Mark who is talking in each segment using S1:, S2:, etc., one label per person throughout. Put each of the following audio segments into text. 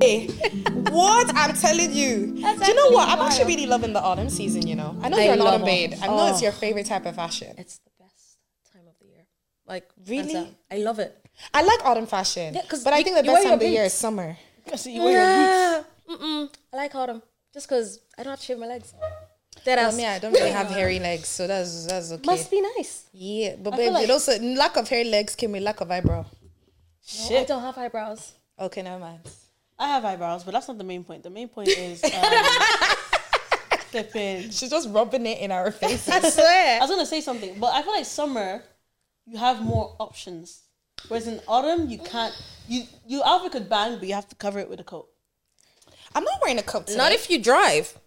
S1: Hey, what I'm telling you.
S2: That's
S1: Do you know what?
S2: actually
S1: I'm actually
S2: wild.
S1: really loving the autumn season. You know, I Oh. know
S2: I
S1: you're an
S2: love
S1: autumn babe. I know it's
S2: autumn.
S1: your favorite type of fashion.
S2: It's the best time of the year. Like hands
S1: Really?
S2: down. I love it.
S1: I like autumn fashion.
S2: Yeah, 'cause
S1: but I
S2: you-
S1: think the
S2: you wear
S1: best time
S2: your
S1: of the year is
S2: boots.
S1: summer.
S3: Yes, you wear your boots.
S2: Ah! Mm-mm. I like autumn just because I don't have to shave my legs. Dead
S1: I
S2: ass.
S1: mean, I don't really have hairy legs, so that's that's okay.
S2: Must be nice.
S1: yeah, but
S2: I
S1: babe,
S2: feel
S1: it
S2: like-
S1: also lack of hairy legs came with lack of eyebrow.
S2: No, I
S3: Shit.
S2: don't have eyebrows.
S1: Okay, never mind.
S3: I have eyebrows, but that's not the main point. The main point is um, flipping.
S1: She's just rubbing it in our faces.
S3: I was gonna say something, but I feel like summer you have more options, whereas in autumn you can't. You your outfit could bang, but you have to cover it with a coat.
S1: I'm not wearing a coat today.
S2: Not if you drive.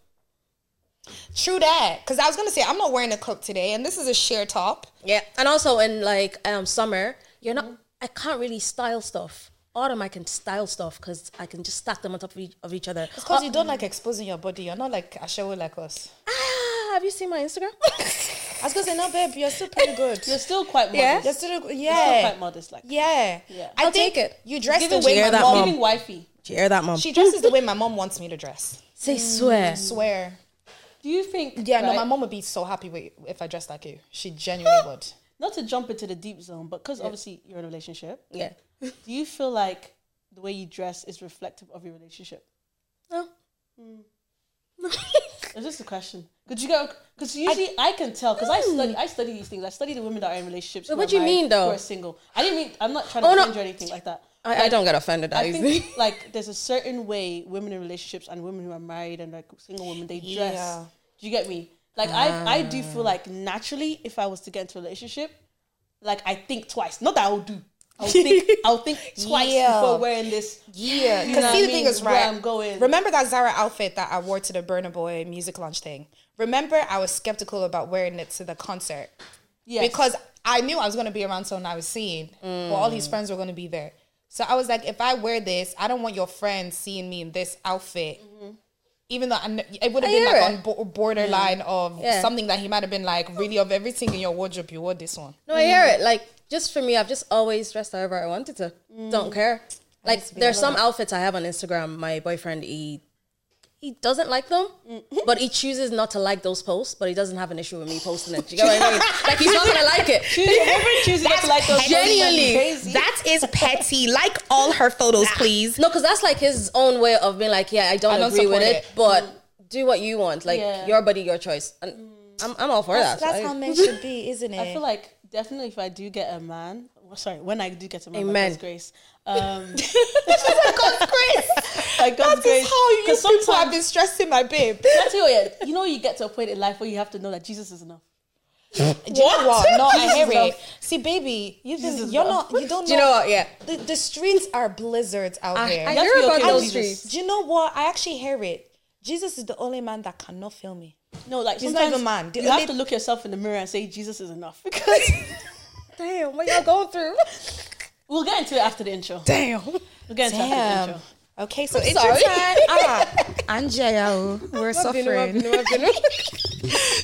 S1: True that. Because I was going to say, I'm not wearing a coat today, and this is a sheer top.
S2: Yeah, Mm-hmm. and also in like um summer, you're not. I can't really style stuff. Autumn, I can style stuff because I can just stack them on top of each, of each other.
S1: It's because you don't like exposing your body. You're not like a show like us.
S2: Ah, have you seen my Instagram?
S1: I was going to say, no, babe, you're still pretty good.
S3: You're still quite modest.
S2: Yeah?
S1: You're still,
S3: You're
S1: yeah.
S3: still quite modest. Like
S1: yeah.
S3: Yeah.
S1: I
S2: I'll
S1: think
S2: take it.
S1: you dress the
S3: giving,
S1: way
S2: Hear
S1: my
S2: that,
S1: mom.
S2: mom.
S3: giving wifey.
S2: Did you hear that, mom?
S1: She dresses the way my mom wants me to dress.
S2: Say swear.
S1: Swear.
S3: Do you think?
S1: Yeah, no,
S3: right,
S1: my mom would be so happy with, if I dressed like you. She genuinely would.
S3: Not to jump into the deep zone, but because obviously you're in a relationship.
S2: Yeah.
S3: Do you feel like the way you dress is reflective of your relationship?
S2: No.
S3: It's just a question. Could you go? Because usually I, can tell. Because I study, I study these things. I study the women that are in relationships.
S2: Hmm. But
S3: who
S2: what
S3: are
S2: do you
S3: married,
S2: mean, though?
S3: Who are single? I didn't mean. I'm not trying to
S2: Oh, no.
S3: offend you or anything like that.
S2: I, I don't get offended
S3: I
S2: that easily.
S3: think like there's a certain way women in relationships and women who are married and like single women they dress.
S1: Yeah.
S3: Do you get me? Like I, I do feel
S2: Ah.
S3: like naturally, if I was to get into a relationship, like I think twice. Not that I will do. I'll think. I'll think twice
S1: Yeah.
S3: before wearing this.
S1: Yeah,
S3: You
S1: because
S3: know
S1: see
S3: what I
S1: the thing
S3: mean?
S1: is
S3: Where
S1: right.
S3: I'm going.
S1: Remember that Zara outfit that I wore to the Burner Boy music launch thing. Remember, I was skeptical about wearing it to the concert
S3: Yes.
S1: because I knew I was going to be around someone I was seeing, but all his friends were going to be there. So I was like, if I wear this, I don't want your friends seeing me in this outfit. Even though I kn- it would have
S2: I
S1: been like
S2: hear
S1: on bo- borderline of
S2: Yeah.
S1: something that he might have been like, really, of everything in your wardrobe, you wore this one.
S2: No, I hear it. Like, just for me, I've just always dressed however I wanted to.
S1: Mm.
S2: Don't care. Like, there's some outfits I have on Instagram. My boyfriend, he he doesn't like them,
S1: Mm.
S2: but he chooses not to like those posts. But he doesn't have an issue with me posting it. Do you get what I mean? Like, he's not gonna like it.
S3: Choose- everyone chooses not to like those.
S1: petty.
S2: Genuinely,
S3: Crazy.
S1: That is petty. like all her photos, please.
S2: No, because that's like his own way of being like, yeah, I don't
S1: I don't
S2: agree
S1: support
S2: with it,
S1: it. Mm.
S2: but do what you want. Like,
S3: Yeah.
S2: your body, your choice. And I'm, I'm all for that.
S1: That's
S2: I-
S1: how men should be, isn't it?
S3: I feel like definitely if I do get a man, well, sorry, when I do get a man, by
S2: Amen.
S3: God's grace. Um,
S1: Grace.
S3: by God's
S1: That
S3: grace,
S1: is how you
S3: 'cause
S1: people have
S3: sometimes-
S1: been stressing my babe.
S3: That's how you, you know you get to a point in life where you have to know that Jesus is enough.
S1: Do you know what? No, I
S3: Jesus
S1: hear
S3: love.
S1: it. See, baby, you
S3: Jesus
S1: just, you're
S3: love.
S1: not. You don't.
S2: Do you know what? Yeah.
S1: The, the streets are blizzards out
S2: I,
S1: here.
S2: I
S3: have to
S2: hear
S3: be
S2: about
S3: okay with
S2: those
S3: Jesus.
S2: trees.
S1: Do you know what? I actually hear it. Jesus is the only man that cannot fail me.
S3: No, like
S1: He's not
S3: sometimes
S1: even man. The
S3: you
S1: only-
S3: have to look yourself in the mirror and say Jesus is enough.
S2: Damn, what y'all going through?
S3: we'll get into it after the intro.
S1: Damn.
S3: We'll get into it after the
S1: Damn.
S3: intro.
S1: Okay, so it's
S2: sorry.
S1: your time. Ah, Angela, we're suffering.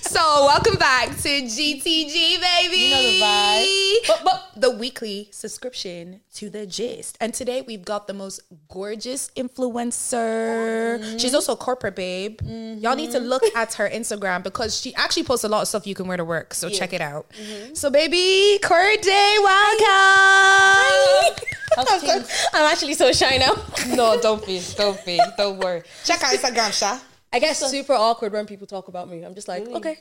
S1: So welcome back to GTG, baby.
S3: You know the vibe.
S1: But, but the weekly subscription to the gist. And today we've got the most gorgeous influencer. She's also a corporate babe. Y'all need to look at her Instagram because she actually posts a lot of stuff you can wear to work. So check it out. So baby, Corday, welcome.
S3: How's
S1: I'm so-
S3: things?
S2: I'm actually so shy now.
S1: no, don't be, don't be, don't worry. Check her Instagram, Sha.
S2: I get super awkward when people talk about me. I'm just like,
S3: Really?
S2: okay,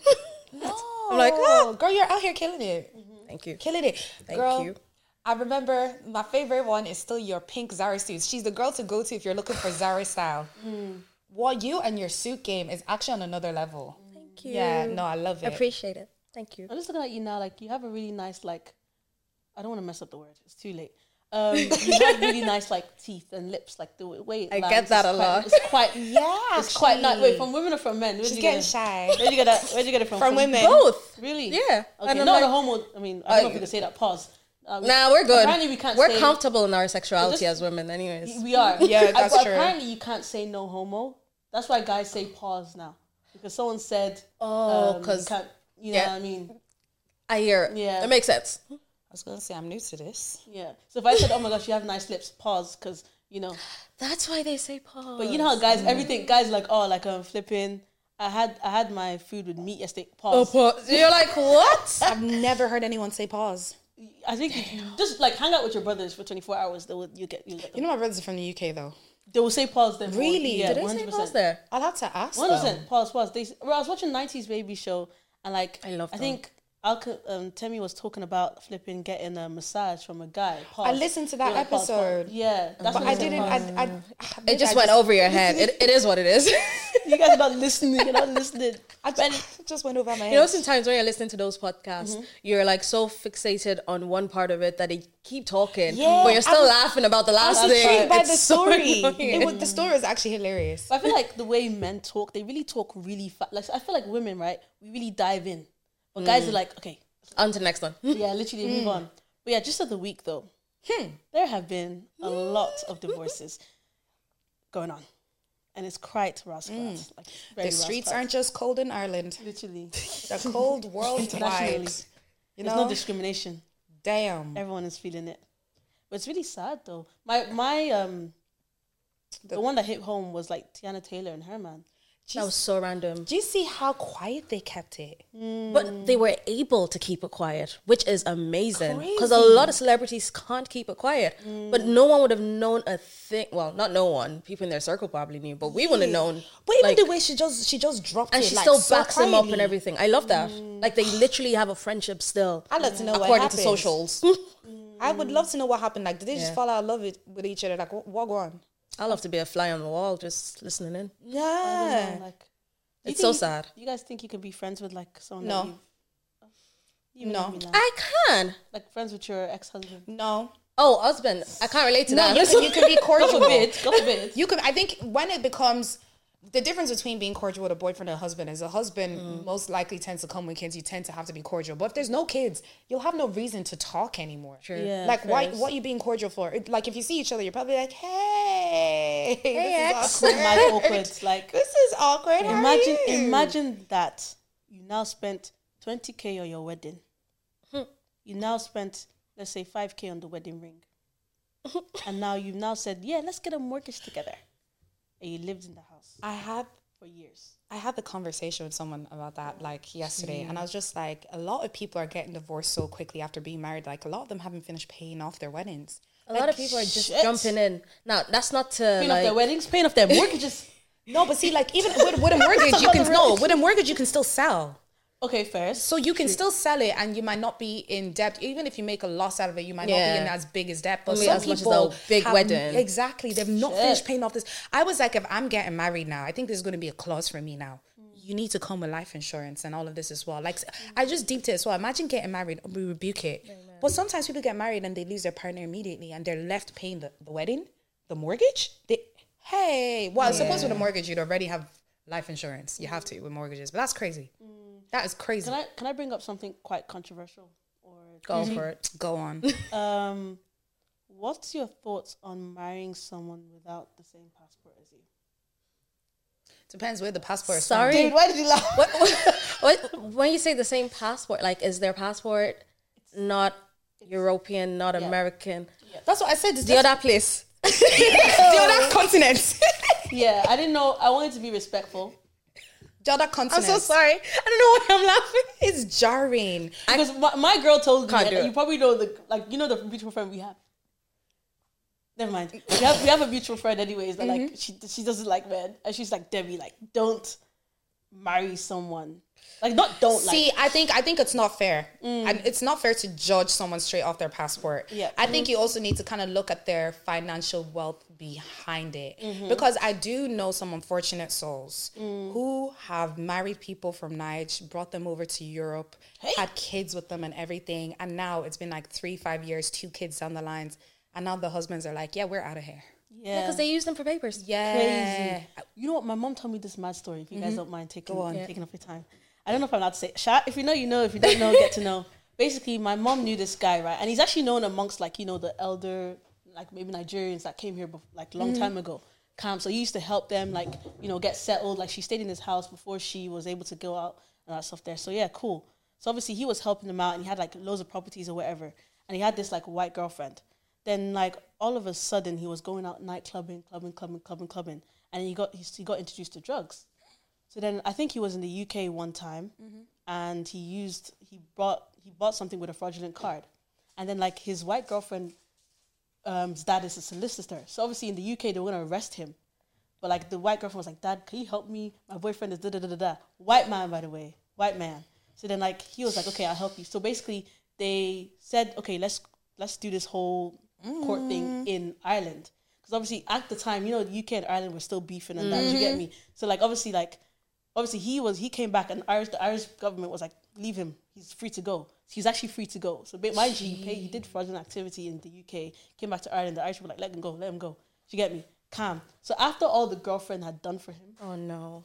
S1: I'm
S2: like,
S1: oh, girl, you're out here killing it.
S2: thank you.
S1: killing it.
S2: Thank
S1: girl,
S2: you.
S1: I remember my favorite one is still your pink Zara suits. She's the girl to go to if you're looking for Zara style. What you and your suit game is actually on another level.
S2: Thank you.
S1: Yeah, no, I love
S2: I
S1: it.
S2: appreciate it. Thank you.
S3: I'm just looking at you now, like you have a really nice like I don't want to mess up the word, it's too late. Um, you have really nice like teeth and lips, like the way it
S2: I get
S3: lands
S2: that
S3: is
S2: a
S3: quite-
S2: lot.
S3: It's quite
S1: Yeah,
S3: It's quite nice.
S1: actually.
S3: Wait, from women or from men? Where'd
S1: She's
S3: you
S1: getting
S3: get it?
S1: shy.
S3: Where'd you get that? Where'd you get it from?
S1: From women.
S2: Both.
S3: Really?
S2: Yeah.
S3: Okay.
S2: And I'm
S3: Not the
S2: like-
S3: homo. I mean, I don't know if
S2: I-
S3: we can say that. Pause. Uh, we-
S2: Nah, we're good.
S3: Apparently, we can't.
S2: we're
S3: say,
S2: comfortable in our sexuality
S3: Just-
S2: as women, anyways.
S3: We are.
S1: Yeah,
S3: Uh,
S1: that's
S3: but
S1: true.
S3: Apparently, you can't say no homo. That's why guys say pause now because someone said.
S2: Oh,
S3: um,
S2: 'cause-
S3: can't- you know
S2: yeah.
S3: what I mean.
S2: I hear it.
S3: Yeah.
S2: It makes sense.
S1: I was going to say, I'm new to this.
S3: Yeah. So if I said, "Oh my gosh, you have nice lips," pause because you know.
S2: That's why they say pause.
S3: But you know how guys, everything guys like oh like um flipping. I had I had my food with meat yesterday. Pause.
S2: Oh, You're like, what?
S1: I've never heard anyone say pause.
S3: I think you just like hang out with your brothers for 24 hours. They will you get you get
S1: You know, my brothers are from the UK though.
S3: they will say pause then.
S1: Really?
S3: Yeah,
S1: Do
S2: Did they say pause there?
S1: I'll have to ask.
S3: One
S1: them.
S3: percent. Pause. Pause. They. Well, I was watching '90s Baby Show, and like
S2: I love
S3: I
S2: them.
S3: think Alka, um, Temi was talking about flipping getting a massage from a guy. Pause.
S1: I listened to that
S3: You're like, pause, pause.
S1: episode.
S3: Yeah, that's
S1: But
S3: when
S1: I
S3: they say
S1: didn't.
S3: pause.
S1: I, I,
S2: It just went over your head. It, it is what it is.
S3: You guys are not listening. You're not listening.
S1: I just, just went over my head.
S2: You know, sometimes when you're listening to those podcasts,
S1: Mm-hmm.
S2: you're like so fixated on one part of it that they keep talking,
S1: Yeah,
S2: but you're still
S1: I was-
S2: laughing about the last
S1: I was
S2: thing.
S1: intrigued by
S2: It's
S1: the
S2: so
S1: story.
S2: annoying.
S1: it was, the story is actually hilarious.
S3: But I feel like the way men talk, they really talk really fast. Like I feel like women, right? We really dive in, but
S1: Mm.
S3: guys are like, okay,
S2: On to the next one.
S3: yeah, literally move on. But yeah, just of the week though,
S1: Hmm.
S3: there have been a lot of divorces going on, and it's quite rascal. Like very
S1: Mm. The streets
S3: rascal.
S1: aren't just cold in Ireland;
S3: literally
S1: the cold
S3: internationally.
S1: worldwide. You
S3: There's no
S1: know,
S3: discrimination.
S1: damn.
S3: Everyone is feeling it. But it's really sad though. My my um, the, one that hit home was like Tiana Taylor and her man.
S2: That was so random.
S1: Do you see how quiet they kept it?
S2: But they were able to keep it quiet, which is amazing. Because a lot of celebrities can't keep it quiet.
S1: Mm.
S2: But no one would have known a thing. Well, not no one. People in their circle probably knew, but we wouldn't have known.
S1: But even
S2: like-
S1: the way she just she just dropped
S2: and
S1: it,
S2: she
S1: like,
S2: still
S1: so
S2: backs him up and
S1: quietly.
S2: everything. I love that. Like they literally have a friendship still.
S1: I'd love to know what
S2: according to
S1: happened.
S2: socials.
S1: I would love to know what happened. Like, did they just
S2: Yeah.
S1: fall out of love with, with each other? Like, what, what go on?
S2: I love to be a fly on the wall, just listening in.
S3: I don't
S1: Yeah.
S3: know, like, do you
S2: It's so
S3: think you-
S2: sad.
S3: You guys think you can be friends with like someone?
S1: No.
S3: that you- oh, you
S1: No.
S3: leave me now.
S2: I can.
S3: like friends with your ex husband.
S1: No.
S2: Oh, husband, I can't relate to
S1: No,
S2: that.
S1: you can, you can be cordial.
S3: God forbid. God forbid.
S1: You could. I think when it becomes the difference between being cordial with a boyfriend and a husband is a husband
S2: Mm.
S1: most likely tends to come with kids. You tend to have to be cordial, but if there's no kids, you'll have no reason to talk anymore. True.
S3: Yeah,
S1: like why?
S3: first.
S1: What you being cordial for? It- like if you see each other, you're probably like, hey, hey
S2: ex."
S1: this is
S3: Mad
S1: awkward.
S3: awkward. Like
S1: This is awkward. How are
S3: imagine,
S1: you?
S3: imagine that you now spent twenty k on your wedding. Hmm. You now spent let's say five k on the wedding ring, and now you've now said, yeah, let's get a mortgage together, and you lived in the house
S1: I had
S3: for years.
S1: I had the conversation with someone about that like yesterday, and I was just like, a lot of people are getting divorced so quickly after being married. Like a lot of them haven't finished paying off their weddings.
S2: a lot of people are just
S3: shit.
S2: jumping in. Now, that's not to
S3: Paying off their
S2: like.
S3: weddings, paying off their mortgages.
S1: No, but see, like even with, with a mortgage, you can no. With a mortgage, you can still sell.
S3: okay, first.
S1: So you can still sell it, and you might not be in debt. Even if you make a loss out of it, you might not
S2: Yeah.
S1: be in as big as debt. But
S2: Only
S1: some
S2: as much as
S1: people
S2: a big
S1: have-
S2: wedding.
S1: Exactly, they've not
S3: Shit.
S1: finished paying off this. I was like, if I'm getting married now, I think there's going to be a clause for me now.
S2: Mm.
S1: You need to come with life insurance and all of this as well. Like I just deeped it as well. Imagine getting married, we rebuke it. But sometimes people get married and they lose their partner immediately, and they're left paying the, the wedding, the mortgage. They hey, well, I suppose with a mortgage you'd already have life insurance. You have to with mortgages, but that's crazy.
S2: Mm.
S1: That is crazy.
S3: Can I can I bring up something quite controversial? Or
S2: Go for it.
S1: Go on.
S3: um, what's your thoughts on marrying someone without the same passport as you?
S1: Depends where the passport is. from.
S2: Sorry? Dude,
S3: why did you laugh?
S2: What, what, what- when you say the same passport, like, is their passport not European, not American?
S1: That's what I said. It's
S2: The other place.
S1: the other continent.
S3: Yeah, I didn't know. I wanted to be respectful
S1: the other continent.
S2: sorry. I don't know why I'm laughing.
S1: It's jarring.
S3: because my, my girl told me
S2: Can't do
S3: and
S2: it.
S3: you probably know the like you know the mutual friend we have. Never mind. We have we have a mutual friend anyways that
S2: Mm-hmm.
S3: like she she doesn't like men and she's like Debbie like don't marry someone like not don't like
S1: See, I think I think it's not fair, and it's not fair to judge someone straight off their passport.
S3: Yeah.
S1: I think you also need to kind of look at their financial wealth behind it,
S3: Mm-hmm.
S1: because I do know some unfortunate souls
S3: Mm.
S1: who have married people from Niger, brought them over to Europe, had kids with them and everything, and now it's been like three, five years, two kids down the lines, and now the husbands are like, "Yeah, we're out of here."
S3: yeah
S2: Because they use them for papers.
S1: Yeah,
S3: crazy. You know what? My mom told me this mad story. If you guys don't mind taking taking up your time, I don't know if I'm allowed to say. It. Shout, if you know, you know. If you don't know, get to know. Basically, my mom knew this guy, right? And he's actually known amongst like you know the elder, like maybe Nigerians that came here bef- like long time ago. Cam, so he used to help them like you know get settled. Like she stayed in his house before she was able to go out and that stuff there. So yeah, cool. So obviously he was helping them out, and he had like loads of properties or whatever. And he had this like white girlfriend Then like all of a sudden he was going out night clubbing, clubbing, clubbing, clubbing, clubbing, and he got he, he got introduced to drugs. So then I think he was in the UK one time, and he used he bought he bought something with a fraudulent card, and then like his white girlfriend, um, his dad is a solicitor. So obviously in the UK they were gonna arrest him, but like the white girlfriend was like, "Dad, can you help me? My boyfriend is da da da da da." White man, by the way, white man. So then like he was like, "Okay, I'll help you." So basically they said, "Okay, let's let's do this whole court thing in Ireland." Because obviously at the time, you know, the UK and Ireland were still beefing and that. You get me? So like obviously like obviously he was he came back and Irish the Irish government was like leave him he's free to go he's actually free to go so ba- mind you he, paid, he did fraudulent activity in the UK came back to Ireland the Irish were like let him go let him go do you get me calm so after all the girlfriend had done for him
S2: Oh no.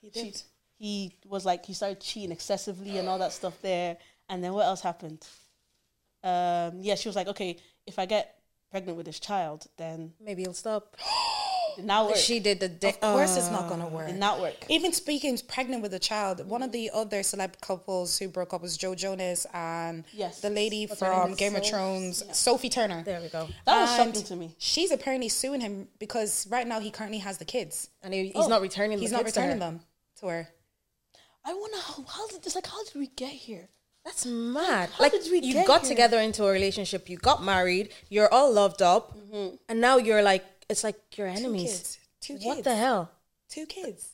S3: he did he was like he started cheating excessively and all that stuff there and then what else happened um yeah she was like okay if I get pregnant with this child then
S2: Maybe he'll stop.
S3: it did not work
S2: She did the day.
S1: Of course, it's not gonna work.
S3: did not work
S1: Even speaking pregnant with a child, one of the other celeb couples who broke up was Joe Jonas and
S3: Yes.
S1: the lady
S2: her
S1: from
S2: name?
S1: Game of
S2: Soph-
S1: Thrones, Sophie Turner.
S2: There we go.
S3: that was
S1: And
S3: shocking to me
S1: She's apparently suing him because right now he currently has the kids.
S2: And he, he's not returning.
S1: He's
S2: the
S1: not
S2: kids to her.
S1: returning them to her.
S3: I wonder how how did this like how did we get here?
S2: That's mad.
S3: How
S2: like
S3: did we
S2: you
S3: get
S2: got
S3: here?
S2: together into a relationship, you got married, you're all loved up, and now you're like it's like your enemies.
S1: kids. Two
S2: what
S1: kids.
S2: the hell?
S1: Two kids.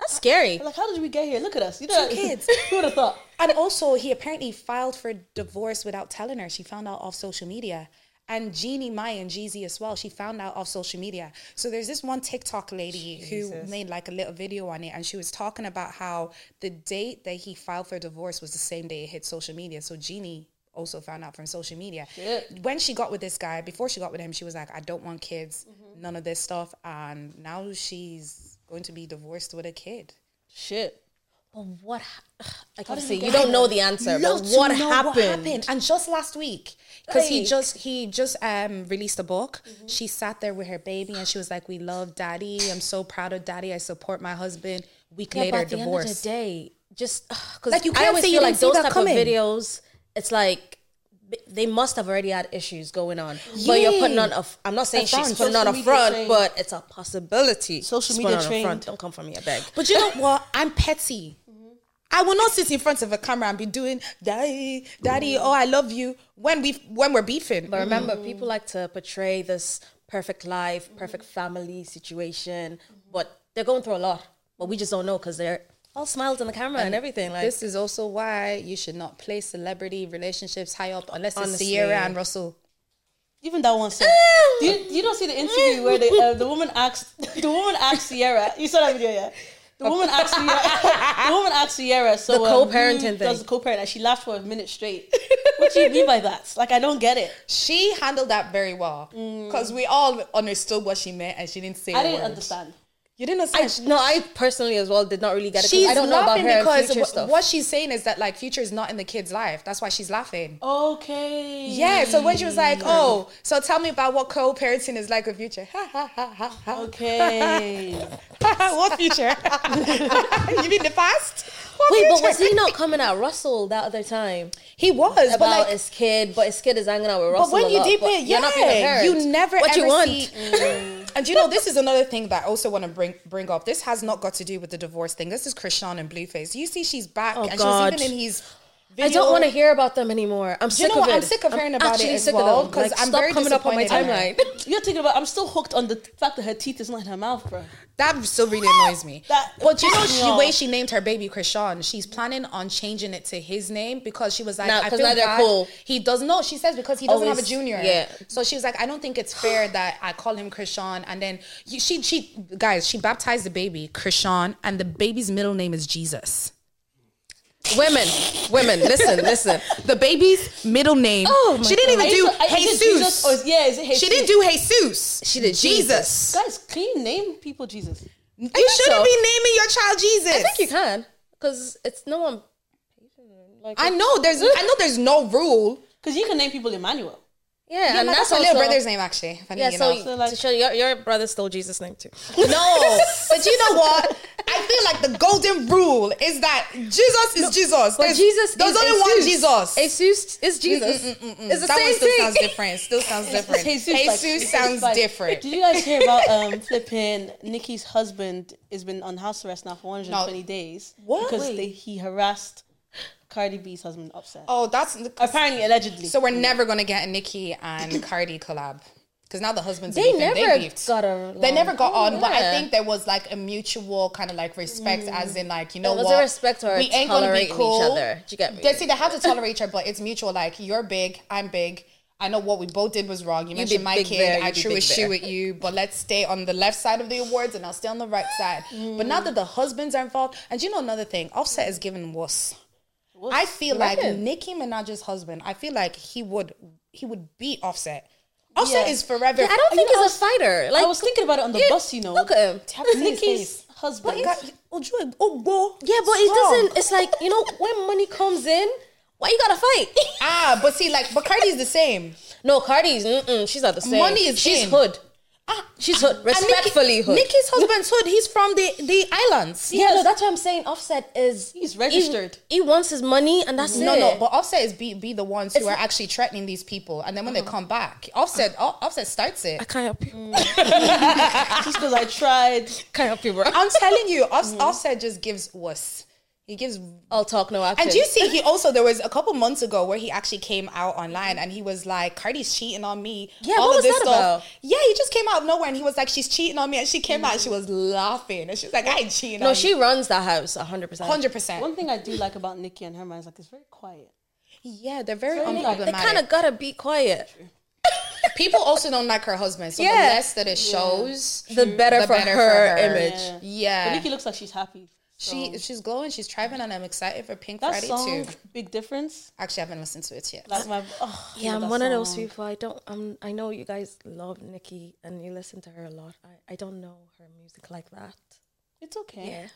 S2: That's scary.
S3: Like how did we get here? Look at us. You know
S1: Two kids.
S3: Who would have thought?
S1: And also, he apparently filed for divorce without telling her. She found out off social media. And Jeannie Maya and Jeezy as well, she found out off social media. So there's this one TikTok lady who made like a little video on it. And she was talking about how the date that he filed for divorce was the same day it hit social media. So Jeannie also found out from social media. When she got with this guy, before she got with him, she was like, I don't want kids, none of this stuff. And now she's going to be divorced with a kid.
S3: Shit.
S2: But what? ha- I can
S3: did
S2: see
S3: we
S2: you
S3: get
S2: don't
S3: here?
S2: know the answer. But
S1: love to
S2: what
S1: know
S2: happened?
S1: And just last week, because he
S2: Like-
S1: just he just um released a book. She sat there with her baby and she was like, "We love daddy. I'm so proud of daddy. I support my husband." Week
S2: Yeah, but
S1: later,
S2: at the end of
S1: divorce.
S2: the day, just because
S1: Like, you
S2: I
S1: can't
S2: always
S1: say you
S2: feel
S1: didn't
S2: like
S1: see
S2: those
S1: that
S2: type
S1: coming.
S2: of videos, it's like b- they must have already had issues going on. But you're putting
S1: Yeah.
S2: on a. F- I'm not saying
S1: A
S2: she's
S1: front.
S2: putting on a
S3: Social media
S2: front,
S3: trained.
S2: but it's a possibility.
S3: Social
S2: she's
S3: media
S2: putting on a front.
S3: trained.
S2: Don't come for me, I beg.
S1: But you know what? I'm petty. I will not sit in front of a camera and be doing daddy, daddy. Oh, I love you. When we when we're beefing, Mm.
S2: But remember, people like to portray this perfect life, perfect
S1: Mm-hmm.
S2: family situation, but they're going through a lot. But we just don't know because they're all smiles on the camera and, everything. Like
S1: this is also why you should not play celebrity relationships high up unless it's
S2: Honestly.
S1: Sierra and Russell.
S3: Even that one said. Do you, you don't see the interview where the uh, the woman asked the woman asked Sierra. You saw that video, yeah. The woman asked Sierra. the woman asked Sierra. So
S2: The
S3: um, who
S2: co-parenting thing.
S3: Does the co-parent? And she laughed for a minute straight. what do you mean by that? Like I don't get it.
S1: She handled that very well because we all understood what she meant and she didn't say.
S3: I
S1: a
S3: didn't
S1: word.
S3: understand.
S1: You didn't
S2: I,
S1: understand.
S2: no, I personally as well did not really get it. 'cause
S1: she's
S2: I don't know about
S1: laughing
S2: her and
S1: because
S2: future
S1: wh-
S2: stuff.
S1: what she's saying is that like future is not in the kid's life. That's why she's laughing. Oh,
S3: Okay.
S1: Yeah. So when she was like, "Oh, so tell me about what co-parenting is like with future," ha ha ha ha ha.
S3: Okay.
S1: what future? you mean the past? What
S2: Wait, but
S1: future?
S2: was he not coming at Russell that other time
S1: He was, but
S2: about
S1: like,
S2: his kid? But his kid is hanging out with Russell.
S1: but when
S2: a
S1: you
S2: lot,
S1: deep
S2: but
S1: it,
S2: you're
S1: yeah,
S2: not being a parent.
S1: you never
S2: What
S1: ever
S2: you want?
S1: see. mm. and you know, this is another thing that I also want to bring bring up. This has not got to do with the divorce thing. This is Krishan and Blueface. You see, she's back,
S2: Oh,
S1: and she
S2: God.
S1: was even in his.
S2: I don't
S1: video.
S2: want to hear about them anymore. I'm
S1: you
S2: sick
S1: know
S2: of
S1: what?
S2: it.
S1: I'm sick of hearing about it
S2: actually
S1: as
S2: sick of
S1: well,
S2: them.
S1: 'cause
S2: Like,
S1: I'm
S2: stop
S1: very
S2: coming up on my
S1: disappointed in her.
S2: timeline.
S3: You're thinking about. I'm still hooked on the fact that her teeth is not in her mouth, bro.
S1: That still really annoys me.
S3: That
S1: but you know
S3: pissed me
S1: the
S3: off.
S1: way she named her baby Krishan. She's planning on changing it to his name because she was like,
S2: Nah,
S1: I
S2: 'cause
S1: feel
S2: now they're
S1: bad.
S2: cool.
S1: He does no. She says because he doesn't have a
S2: Always-
S1: junior.
S2: yeah.
S1: So she was like, I don't think it's fair that I call him Krishan and then you, she she guys she baptized the baby Krishan and the baby's middle name is Jesus.
S2: Women, women, listen, listen.
S1: The baby's middle name.
S2: Oh my
S1: she didn't
S3: I
S1: even do
S3: used to- I- is
S1: Jesus.
S3: it Jesus or is- yeah, is it Jesus?
S1: she didn't do Jesus.
S2: She did Jesus.
S3: Guys, clean name people Jesus.
S1: You
S2: think
S1: shouldn't
S2: so.
S1: be naming your child Jesus.
S2: I think you can because it's no one. Like,
S1: I know there's I know there's no rule.
S3: Because you can name people Emmanuel.
S2: yeah,
S1: Yeah,
S2: and
S1: no, that's,
S2: that's,
S1: my little
S2: also-
S1: brother's name actually. Funny
S2: Yeah, so,
S1: enough.
S3: So, like-
S2: to show you, your, your brother stole Jesus' name too.
S1: no, but you know what? I I feel like the golden rule is that Jesus is Jesus.
S2: But
S1: There's-
S2: Jesus
S1: there's
S2: is
S1: only one Jesus.
S2: Jesus is Jesus. It's the
S1: that one
S2: same
S1: still
S2: thing.
S1: sounds different. Still sounds different.
S3: Jesus,
S1: Jesus,
S3: like-
S1: sounds
S3: like-
S1: different.
S3: Did you guys hear about um, flipping Nikki's husband has been on house arrest now for 120 days
S1: What?
S3: because
S1: Wait.
S3: they, he harassed Cardi B's husband upset.
S1: Oh, that's
S3: Apparently, allegedly.
S1: so. We're never gonna get a Nicki and Cardi collab because now the husbands
S2: They
S1: beefing.
S2: never
S1: they beefed.
S2: got along.
S1: They never got
S2: Oh,
S1: on, but I
S2: yeah. Mm.
S1: think there was like a mutual kind of like respect, as in like you know
S2: There was
S1: what,
S2: a respect or
S1: we ain't gonna be
S2: tolerating each
S1: cool.
S2: other. Do you get me?
S1: They see they have to tolerate each other, but it's mutual. Like you're big, I'm big. I know what we both did was wrong. You, mentioned
S2: be
S1: my
S2: big
S1: kid.
S2: there,
S1: I
S2: you be
S1: threw a
S2: big
S1: shoe
S2: there.
S1: at you, but let's stay on the left side of the awards, and I'll stay on the right side. But now that the husbands are involved, and you know another thing, Offset is giving wuss. I feel like
S2: reckon?
S1: Nicki Minaj's husband. I feel like he would he would beat Offset. Offset
S3: Yeah.
S1: is forever.
S2: I don't
S3: You
S2: think
S3: know, I
S2: he's a fighter. Like
S3: I was thinking about it on the
S2: yeah,
S3: bus, you know.
S2: Look at him.
S3: Have you seen his
S2: Nicki's-
S3: face? husband.
S1: God, Ojo- Ogbo.
S2: Yeah, but it
S1: Strong.
S2: doesn't. It's like you know when money comes in, why you gotta fight?
S1: Ah, but see, like, but Cardi's the same.
S2: no, Cardi's. Mm-mm, she's not the same.
S1: Money is
S2: She's
S1: in.
S2: hood.
S1: Ah,
S2: She's hood.
S1: and Nicki-
S2: Respectfully hood.
S1: Nicki's husband's hood. He's from the the islands.
S2: yeah, no, that's what I'm saying. Offset is
S3: He's registered.
S2: He, he wants his money, and that's
S1: No,
S2: it.
S1: no, but Offset is be, be the ones who
S2: It's-
S1: are actually threatening these people, and then when they come back, Offset O- Offset starts it.
S2: can't help you.
S3: Just because I tried.
S2: Can't help you, bro.
S1: I'm telling you, Off- Offset just gives wuss. He gives
S2: I'll talk no action.
S1: Mm. And do you see, he also there was a couple months ago where he actually came out online and he was like, "Cardi's cheating on me."
S2: Yeah, what was that about?
S1: Yeah, he just came out of nowhere and he was like, "She's cheating on me," and she came out and she was laughing and Mm. she was like, "I ain't cheating."
S2: No,
S1: on
S2: she runs that house 100. percent
S1: hundred percent.
S3: One thing I do like about Nikki and her man is like it's very quiet.
S1: Yeah, they're very
S3: Really?
S2: They
S1: unproblematic.
S2: kind of gotta be quiet.
S1: People also don't like her husband, so the
S2: Yeah.
S1: less that it shows,
S2: The better,
S1: the
S2: for,
S1: better
S2: her
S1: for her.
S2: image.
S3: Yeah. But
S1: yeah.
S3: Nikki looks like she's happy. So
S1: She she's glowing, she's thriving, and I'm excited for Pink
S3: that
S1: Friday
S3: song,
S1: too.
S3: big difference.
S1: Actually, I haven't listened to it yet.
S3: That's my. Oh, I
S4: Yeah,
S3: love
S4: I'm
S3: that
S4: one of those
S3: song.
S4: people. I don't. Um, I know you guys love Nikki and you listen to her a lot. I, I don't know her music like that.
S3: It's okay.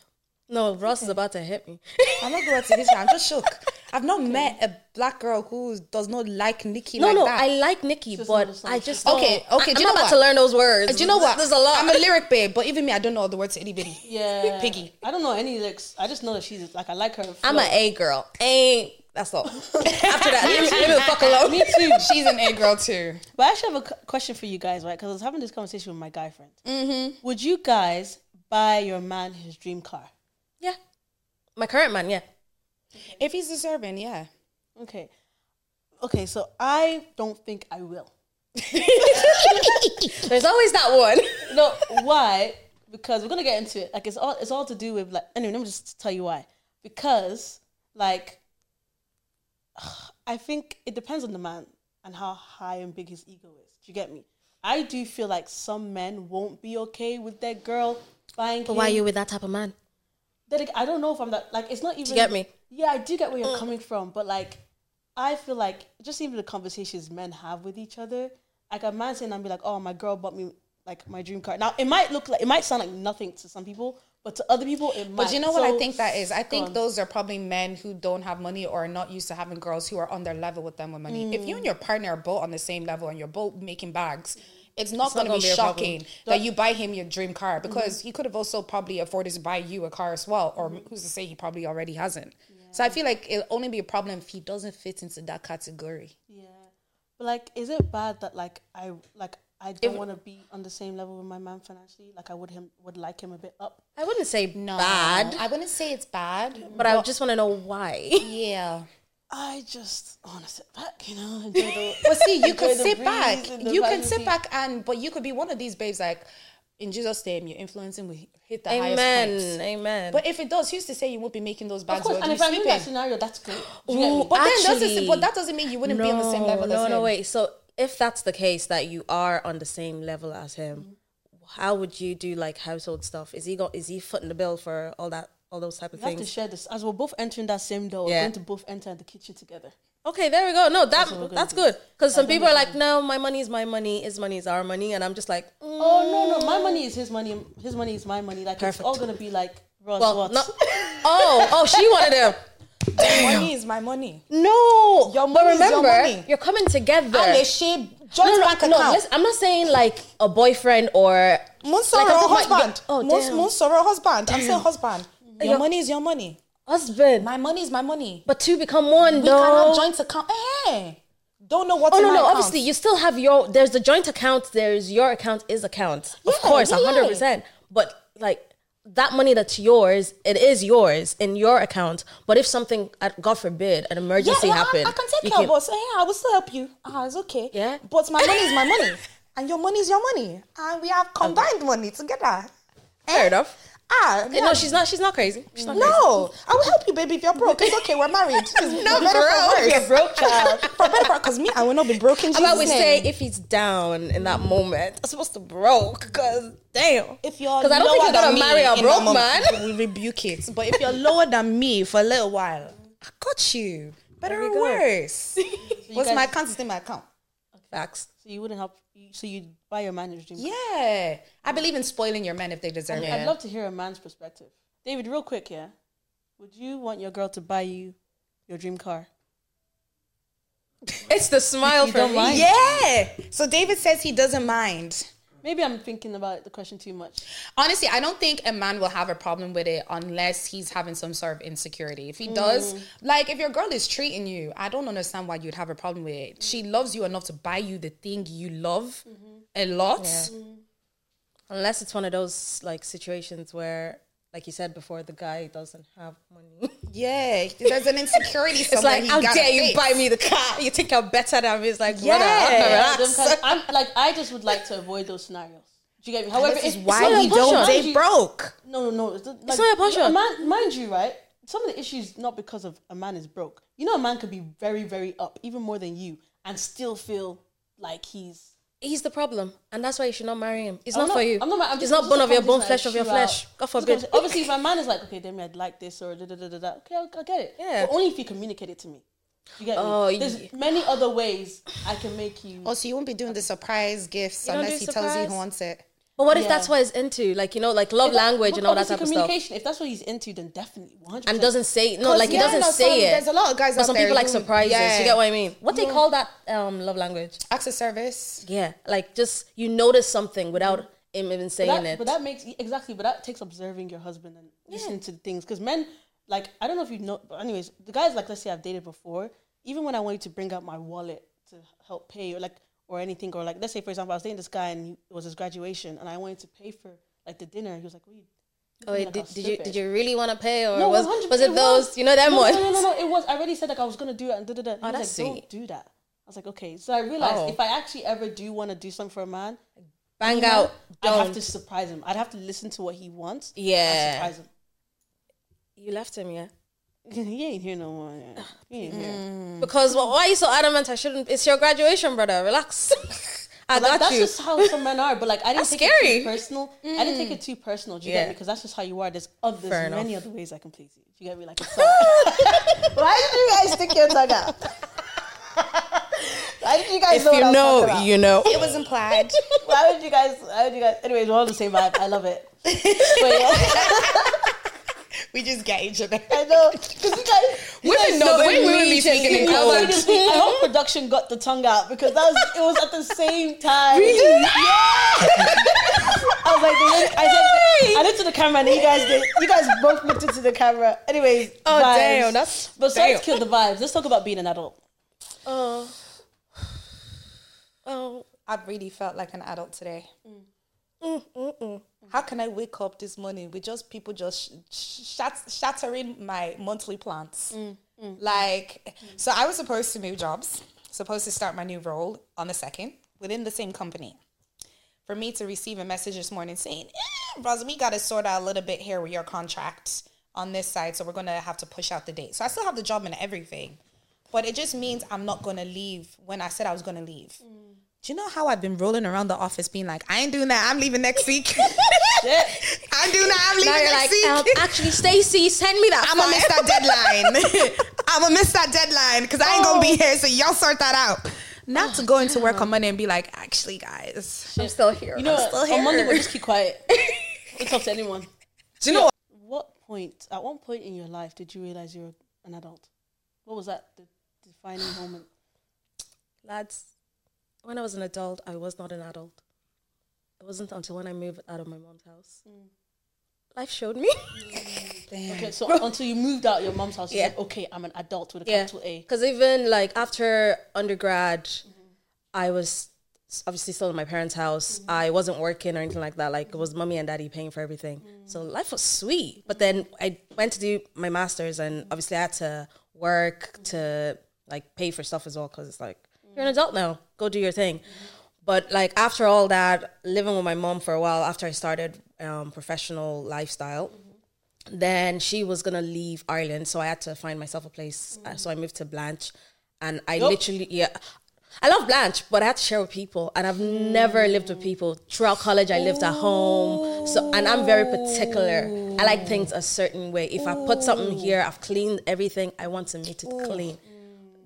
S2: No, Ross is about to hit me.
S1: I'm not going to this. I'm just shook. I've not met a black girl who does not like Nicki
S2: No,
S1: like
S2: no,
S1: that.
S2: I like Nikki,
S3: Just
S2: but
S3: not the
S2: I
S3: song.
S2: just
S1: Okay,
S2: don't-
S1: okay,
S2: I,
S1: do
S2: am
S1: you know
S2: about
S1: what?
S2: to learn those words.
S1: Do you know what?
S2: There's a lot.
S1: I'm a lyric babe, but even me, I don't know all the words to itty bitty.
S3: Yeah.
S1: Piggy.
S3: I don't know any lyrics. I just know that she's like I like her.
S2: I'm an A girl. Ain't that's all. After that, leave, me- leave me the fuck alone.
S3: Me too.
S1: She's an A girl too.
S3: But I actually have a cu- question for you guys, right? Because I was having this conversation with my guy friend. Mm-hmm. Would you guys buy your man his dream car?
S2: Yeah, my current man. Yeah,
S1: If he's deserving, yeah.
S3: Okay. Okay, so I don't think I will.
S2: there's always that one.
S3: No, why? Because we're gonna get into it. Like it's all it's all to do with like anyway, let me just tell you why. Because like I think it depends on the man and how high and big his ego is. Do you get me? I do feel like some men won't be okay with their girl buying
S2: But why are you with that type of man?
S3: then ag- I don't know if I'm that like it's not even
S2: get me?
S3: Yeah, I do get where
S1: Mm.
S3: you're coming from, but like I feel like just even the conversations men have with each other, like a man saying and be like, Oh, my girl bought me like my dream car. Now it might look like it might sound like nothing to some people, but to other people it might
S1: But you know what I
S3: So-
S1: think that is? I think
S3: on.
S1: those are probably men who don't have money or are not used to having girls who are on their level with them with money. If
S2: Mm.
S1: you and your partner are both on the same level and you're both making bags, it's not going to be,
S2: gonna be a problem. Mm-hmm.
S1: shocking that you buy him your dream car because he could have also probably afforded to buy you a car as well. Or
S2: Mm-hmm.
S1: who's to say he probably already hasn't? So I feel like it'll only be a problem if he doesn't fit into that category.
S3: Yeah. But like is it bad that like I like I don't want to be on the same level with my man financially. Like I would him would like him a bit up.
S2: I wouldn't say
S1: No,
S2: bad,
S1: I wouldn't say it's bad,
S2: but I just want to know why.
S1: yeah.
S3: I just want to sit back, you know. Enjoy the,
S1: But see, you
S3: enjoy
S1: could
S3: the
S1: sit
S3: breeze
S1: back.
S3: and the
S1: You can
S3: vibrancy.
S1: sit back and but you could be one of these babes like in Jesus' name, your influencing will hit the highest
S2: Amen,
S1: point.
S2: amen.
S1: But if it does, who's to say you won't be making those
S3: Of
S1: bags
S3: course,
S1: or
S3: and
S1: you
S3: if I'm in that
S1: sleeping?
S3: scenario, that's good. Do you get me?
S2: Ooh,
S1: But then doesn't
S2: actually-
S1: but that doesn't mean you wouldn't be on the same level
S2: no,
S1: as
S2: no,
S1: him.
S2: wait. So if that's the case that you are on the same level as him, how would you do like household stuff? Is he got is he footing the bill for all that all those type of
S3: We have to
S2: things?
S3: share this as we're both entering that same door. We're
S2: Yeah.
S3: going to both enter the kitchen together.
S2: Okay, there we go. No, that
S3: what we're gonna
S2: that's
S3: do.
S2: good because some people are like, no, my money is my money, his money is our money, and I'm just like, mm,
S3: Oh no, no, my money is his money. and His money is my money. Like it's all gonna be like Ross.
S2: well,
S3: what?
S2: no. oh, oh, she wanted him.
S1: Money is my money.
S2: No,
S1: Your
S2: but
S1: money is your
S2: remember,
S1: money.
S2: you're coming together.
S1: And if she joint
S2: no,
S1: bank
S2: no, no,
S1: account.
S2: listen, I'm not saying like a boyfriend or
S1: Monsoro
S2: Like, I'm talking about-
S1: husband.
S2: oh,
S1: Mons-
S2: damn.
S1: Monsoro husband. I'm saying husband. Your money is your money.
S2: husband,
S1: My money is my money.
S2: but two become one
S1: We can
S2: though.
S1: have joint account. Eh. Don't know what.
S2: oh
S1: in
S2: no,
S1: my
S2: no,
S1: account.
S2: obviously you still have your. There's the joint account. There's your account is account. of
S1: Yeah,
S2: course,
S1: yeah, yeah.
S2: hundred percent. But like that money that's yours, it is yours in your account. But if something, uh, God forbid, an
S1: Yeah,
S2: emergency
S1: yeah, I-
S2: happened,
S1: I, can take
S2: you
S1: care of us. Yeah, I will still help you. Ah, it's okay.
S2: Yeah.
S1: But my money is my money, and your money is your money, and we have combined money together.
S2: Fair enough.
S1: Ah,
S2: Eh,
S1: Eh, yeah.
S2: No, she's not. She's not crazy. She's not crazy.
S1: No, I will help you, baby. If you're broke, it's okay. We're married. no, better
S2: bro.
S1: for worse.
S2: You're broke, child.
S1: for better for because me, I will not be broke in
S2: I'm
S1: Jesus'
S2: about to say
S1: name.
S2: if he's down in that moment, I'm supposed to broke because damn.
S3: If you're
S2: because I don't
S3: lower
S2: think you're gonna
S3: than me
S2: marry a
S1: in
S2: broke
S1: that moment,
S2: man.
S1: We rebuke it. But if you're lower than me for a little while, I got you. Better or worse. What's
S3: guys-
S1: my account? Is in my account.
S2: Facts.
S3: so you wouldn't help. you- So you'd buy your man a drink.
S1: Yeah. I believe in spoiling your men if they deserve
S3: I'd love to hear a man's perspective. David, real quick, yeah. Would you want your girl to buy you your dream car?
S2: It's the smile
S3: You
S2: for
S3: don't
S2: me.
S3: mind?
S1: Yeah. So David says he doesn't mind.
S3: Maybe I'm thinking about the question too much.
S1: Honestly, I don't think a man will have a problem with it unless he's having some sort of insecurity. If he
S3: Mm.
S1: does, like if your girl is treating you, I don't understand why you'd have a problem with it. She loves you enough to buy you the thing you love
S3: Mm-hmm.
S1: a lot.
S2: Unless it's one of those like situations where, like you said before, the guy doesn't have money.
S1: Yeah. There's an insecurity.
S2: It's like, how dare you buy me the car? You think I'm better than me? It's like,
S1: Yeah.
S2: yeah,
S3: Them kind- I'm like, I just would like to avoid those scenarios. Do you get me? However,
S1: This is
S3: if-
S1: why
S2: not
S1: we
S2: your
S1: don't
S2: portion.
S1: date broke.
S3: No, no, no. It's, not- like,
S2: not a passion.
S3: a Man, mind you, right? Some of the issues not because of a man is broke. You know, a man could be very, very up, even more than you, and still feel like he's.
S2: He's the problem, and that's why you should not marry him. It's
S3: I'm
S2: not, for you.
S3: I'm not. I'm
S2: He's
S3: just,
S2: not
S3: just
S2: bone
S3: a
S2: of your bone, flesh
S3: conversation
S2: of your
S3: I
S2: flesh.
S3: shoot out.
S2: God
S3: Just a
S2: forbid.
S3: conversation- Obviously, if a man is like, okay, Demi, I'd like this or da da da da da. Okay, I'll, I'll get it.
S2: Yeah.
S3: But only if you communicate it to me. You get
S2: Oh,
S3: me. There's
S2: yeah.
S3: many other ways I can make you.
S1: Also, you won't be doing the surprise gifts
S2: don't
S1: unless
S2: do
S1: he tells you
S2: surprise?
S1: he wants it.
S2: But what if
S3: Yeah.
S2: that's what he's into? Like you know, like love language
S3: But
S2: and all that
S3: obviously
S2: type of stuff,
S3: Communication. If that's what he's into, then definitely 100.
S2: and doesn't say no. Like he
S1: Yeah,
S2: doesn't
S1: no, some-
S2: say
S1: There's
S2: it.
S1: a lot of guys
S2: But
S1: out
S2: some
S1: there
S2: people like
S1: who-
S2: surprises.
S1: Yeah.
S2: You get what I mean? What they call that um, love language?
S1: Access service.
S2: Yeah, like just you notice something without him even saying
S3: But that,
S2: it.
S3: but that makes e, exactly. But that takes observing your husband and listening to the things because men, like I don't know if you know, but anyways, the guys like let's say I've dated before. Even when I wanted to bring out my wallet to help pay or like or anything or like let's say for example I was dating this guy and he, it was his graduation and I wanted to pay for like the dinner. He was like, "What are you?"
S2: oh, wait,
S3: like
S2: did,
S3: how
S2: did you
S3: stupid.
S2: did you really want to pay or
S3: No,
S2: was
S3: 100
S2: was it
S3: was.
S2: those? You know them
S3: no,
S2: ones.
S3: No, no, no, no, it was. I already said like I was gonna do it and da da da. Oh,
S2: that's
S3: like,
S2: sweet.
S3: Don't do that. I was like, okay. So I realized
S2: Oh.
S3: if I actually ever do want to do something for a man,
S2: Bang out.
S3: I'd
S2: Don't.
S3: have to surprise him. I'd have to listen to what he wants. and
S2: Yeah.
S3: surprise him.
S2: You left him, yeah.
S3: he ain't here no more. yeah. He ain't here.
S2: Mm. Because wh- why are you so adamant? I shouldn't. It's your graduation, brother. Relax. I
S3: Like,
S2: got
S3: that's
S2: you.
S3: just how some men are. But like, I
S2: That's
S3: didn't take it
S2: scary.
S3: too personal. I didn't take it too personal. Do you
S2: Yeah.
S3: get me? Because that's just how you are. There's, other there's
S2: Fair
S3: many
S2: enough.
S3: other ways I can please you. Do you get me? Like, it's not-
S1: Why did you guys stick your tongue out? Why did you guys
S2: if you know, you know.
S1: It was implied.
S3: why would you guys? Why would you guys? Anyways, we're all the same vibe. I love it. But yeah,
S1: we just get each other.
S3: I know. Because you guys, you
S1: Women
S3: guys
S1: know,
S3: know
S1: but we
S3: me.
S1: would be speaking in
S3: You know,
S1: code.
S3: we just- I hope production got the tongue out because that was it was at the same time. I was like, the way- I said, I looked to the camera and you guys did. You guys both looked into the camera. Anyways,
S2: Oh,
S3: vibes.
S2: damn, that's-
S3: but sorry to
S2: damn.
S3: kill the vibes. Let's talk about being an adult.
S2: Oh. Oh.
S1: I really felt like an adult today. How can I wake up this morning with just people just sh- sh- shat- shattering my monthly plans? Like, so I was supposed to move jobs, supposed to start my new role on the second within the same company. For me to receive a message this morning saying, eh, Rosa, we got to sort out a little bit here with your contract on this side, so we're going to have to push out the date. So I still have the job and everything, but it just means I'm not going to leave when I said I was going to leave. Do you know how I've been rolling around the office being like, I ain't doing that, I'm leaving next week. I'm doing that, I'm
S2: Now
S1: leaving
S2: you're
S1: next
S2: like,
S1: week.
S2: um, actually, Stacy, send me that.
S1: I'm gonna miss
S2: file.
S1: that deadline. I'm gonna miss that deadline because I ain't gonna be here. So y'all sort that out. Oh. Not to go into work on Monday and be like, actually, guys,
S2: I'm still here.
S3: You know,
S1: still
S3: on Monday
S1: here.
S3: we'll just keep quiet. Don't talk to anyone.
S1: do you know what?
S3: What point? At what point in your life did you realize you're an adult? What was that the defining moment?
S2: lads,
S5: when I was an adult, I was not an adult. It wasn't until when I moved out of my mom's house. Life showed me.
S3: Okay, so until you moved out your mom's house, you said, okay, I'm an adult with a
S2: yeah.
S3: capital A.
S2: Because even like after undergrad, I was s- obviously still in my parents' house.
S3: Mm-hmm.
S2: I wasn't working or anything like that. Like it was mommy and daddy paying for everything. So
S3: Mm.
S2: life was sweet. But then I went to do my master's, and obviously I had to work
S3: Mm-hmm.
S2: to like pay for stuff as well. Because it's like
S3: Mm.
S2: you're an adult now, go do your thing.
S3: Mm-hmm.
S2: But like after all that, living with my mom for a while after I started um, professional lifestyle then she was gonna leave Ireland, so I had to find myself a place. Uh, So I moved to Blanche, and I literally yeah. I love Blanche, but I had to share with people, and I've never lived with people. Throughout college, I lived at home, so and I'm very particular. I like things a certain way. If I put something here, I've cleaned everything. I want to make it clean.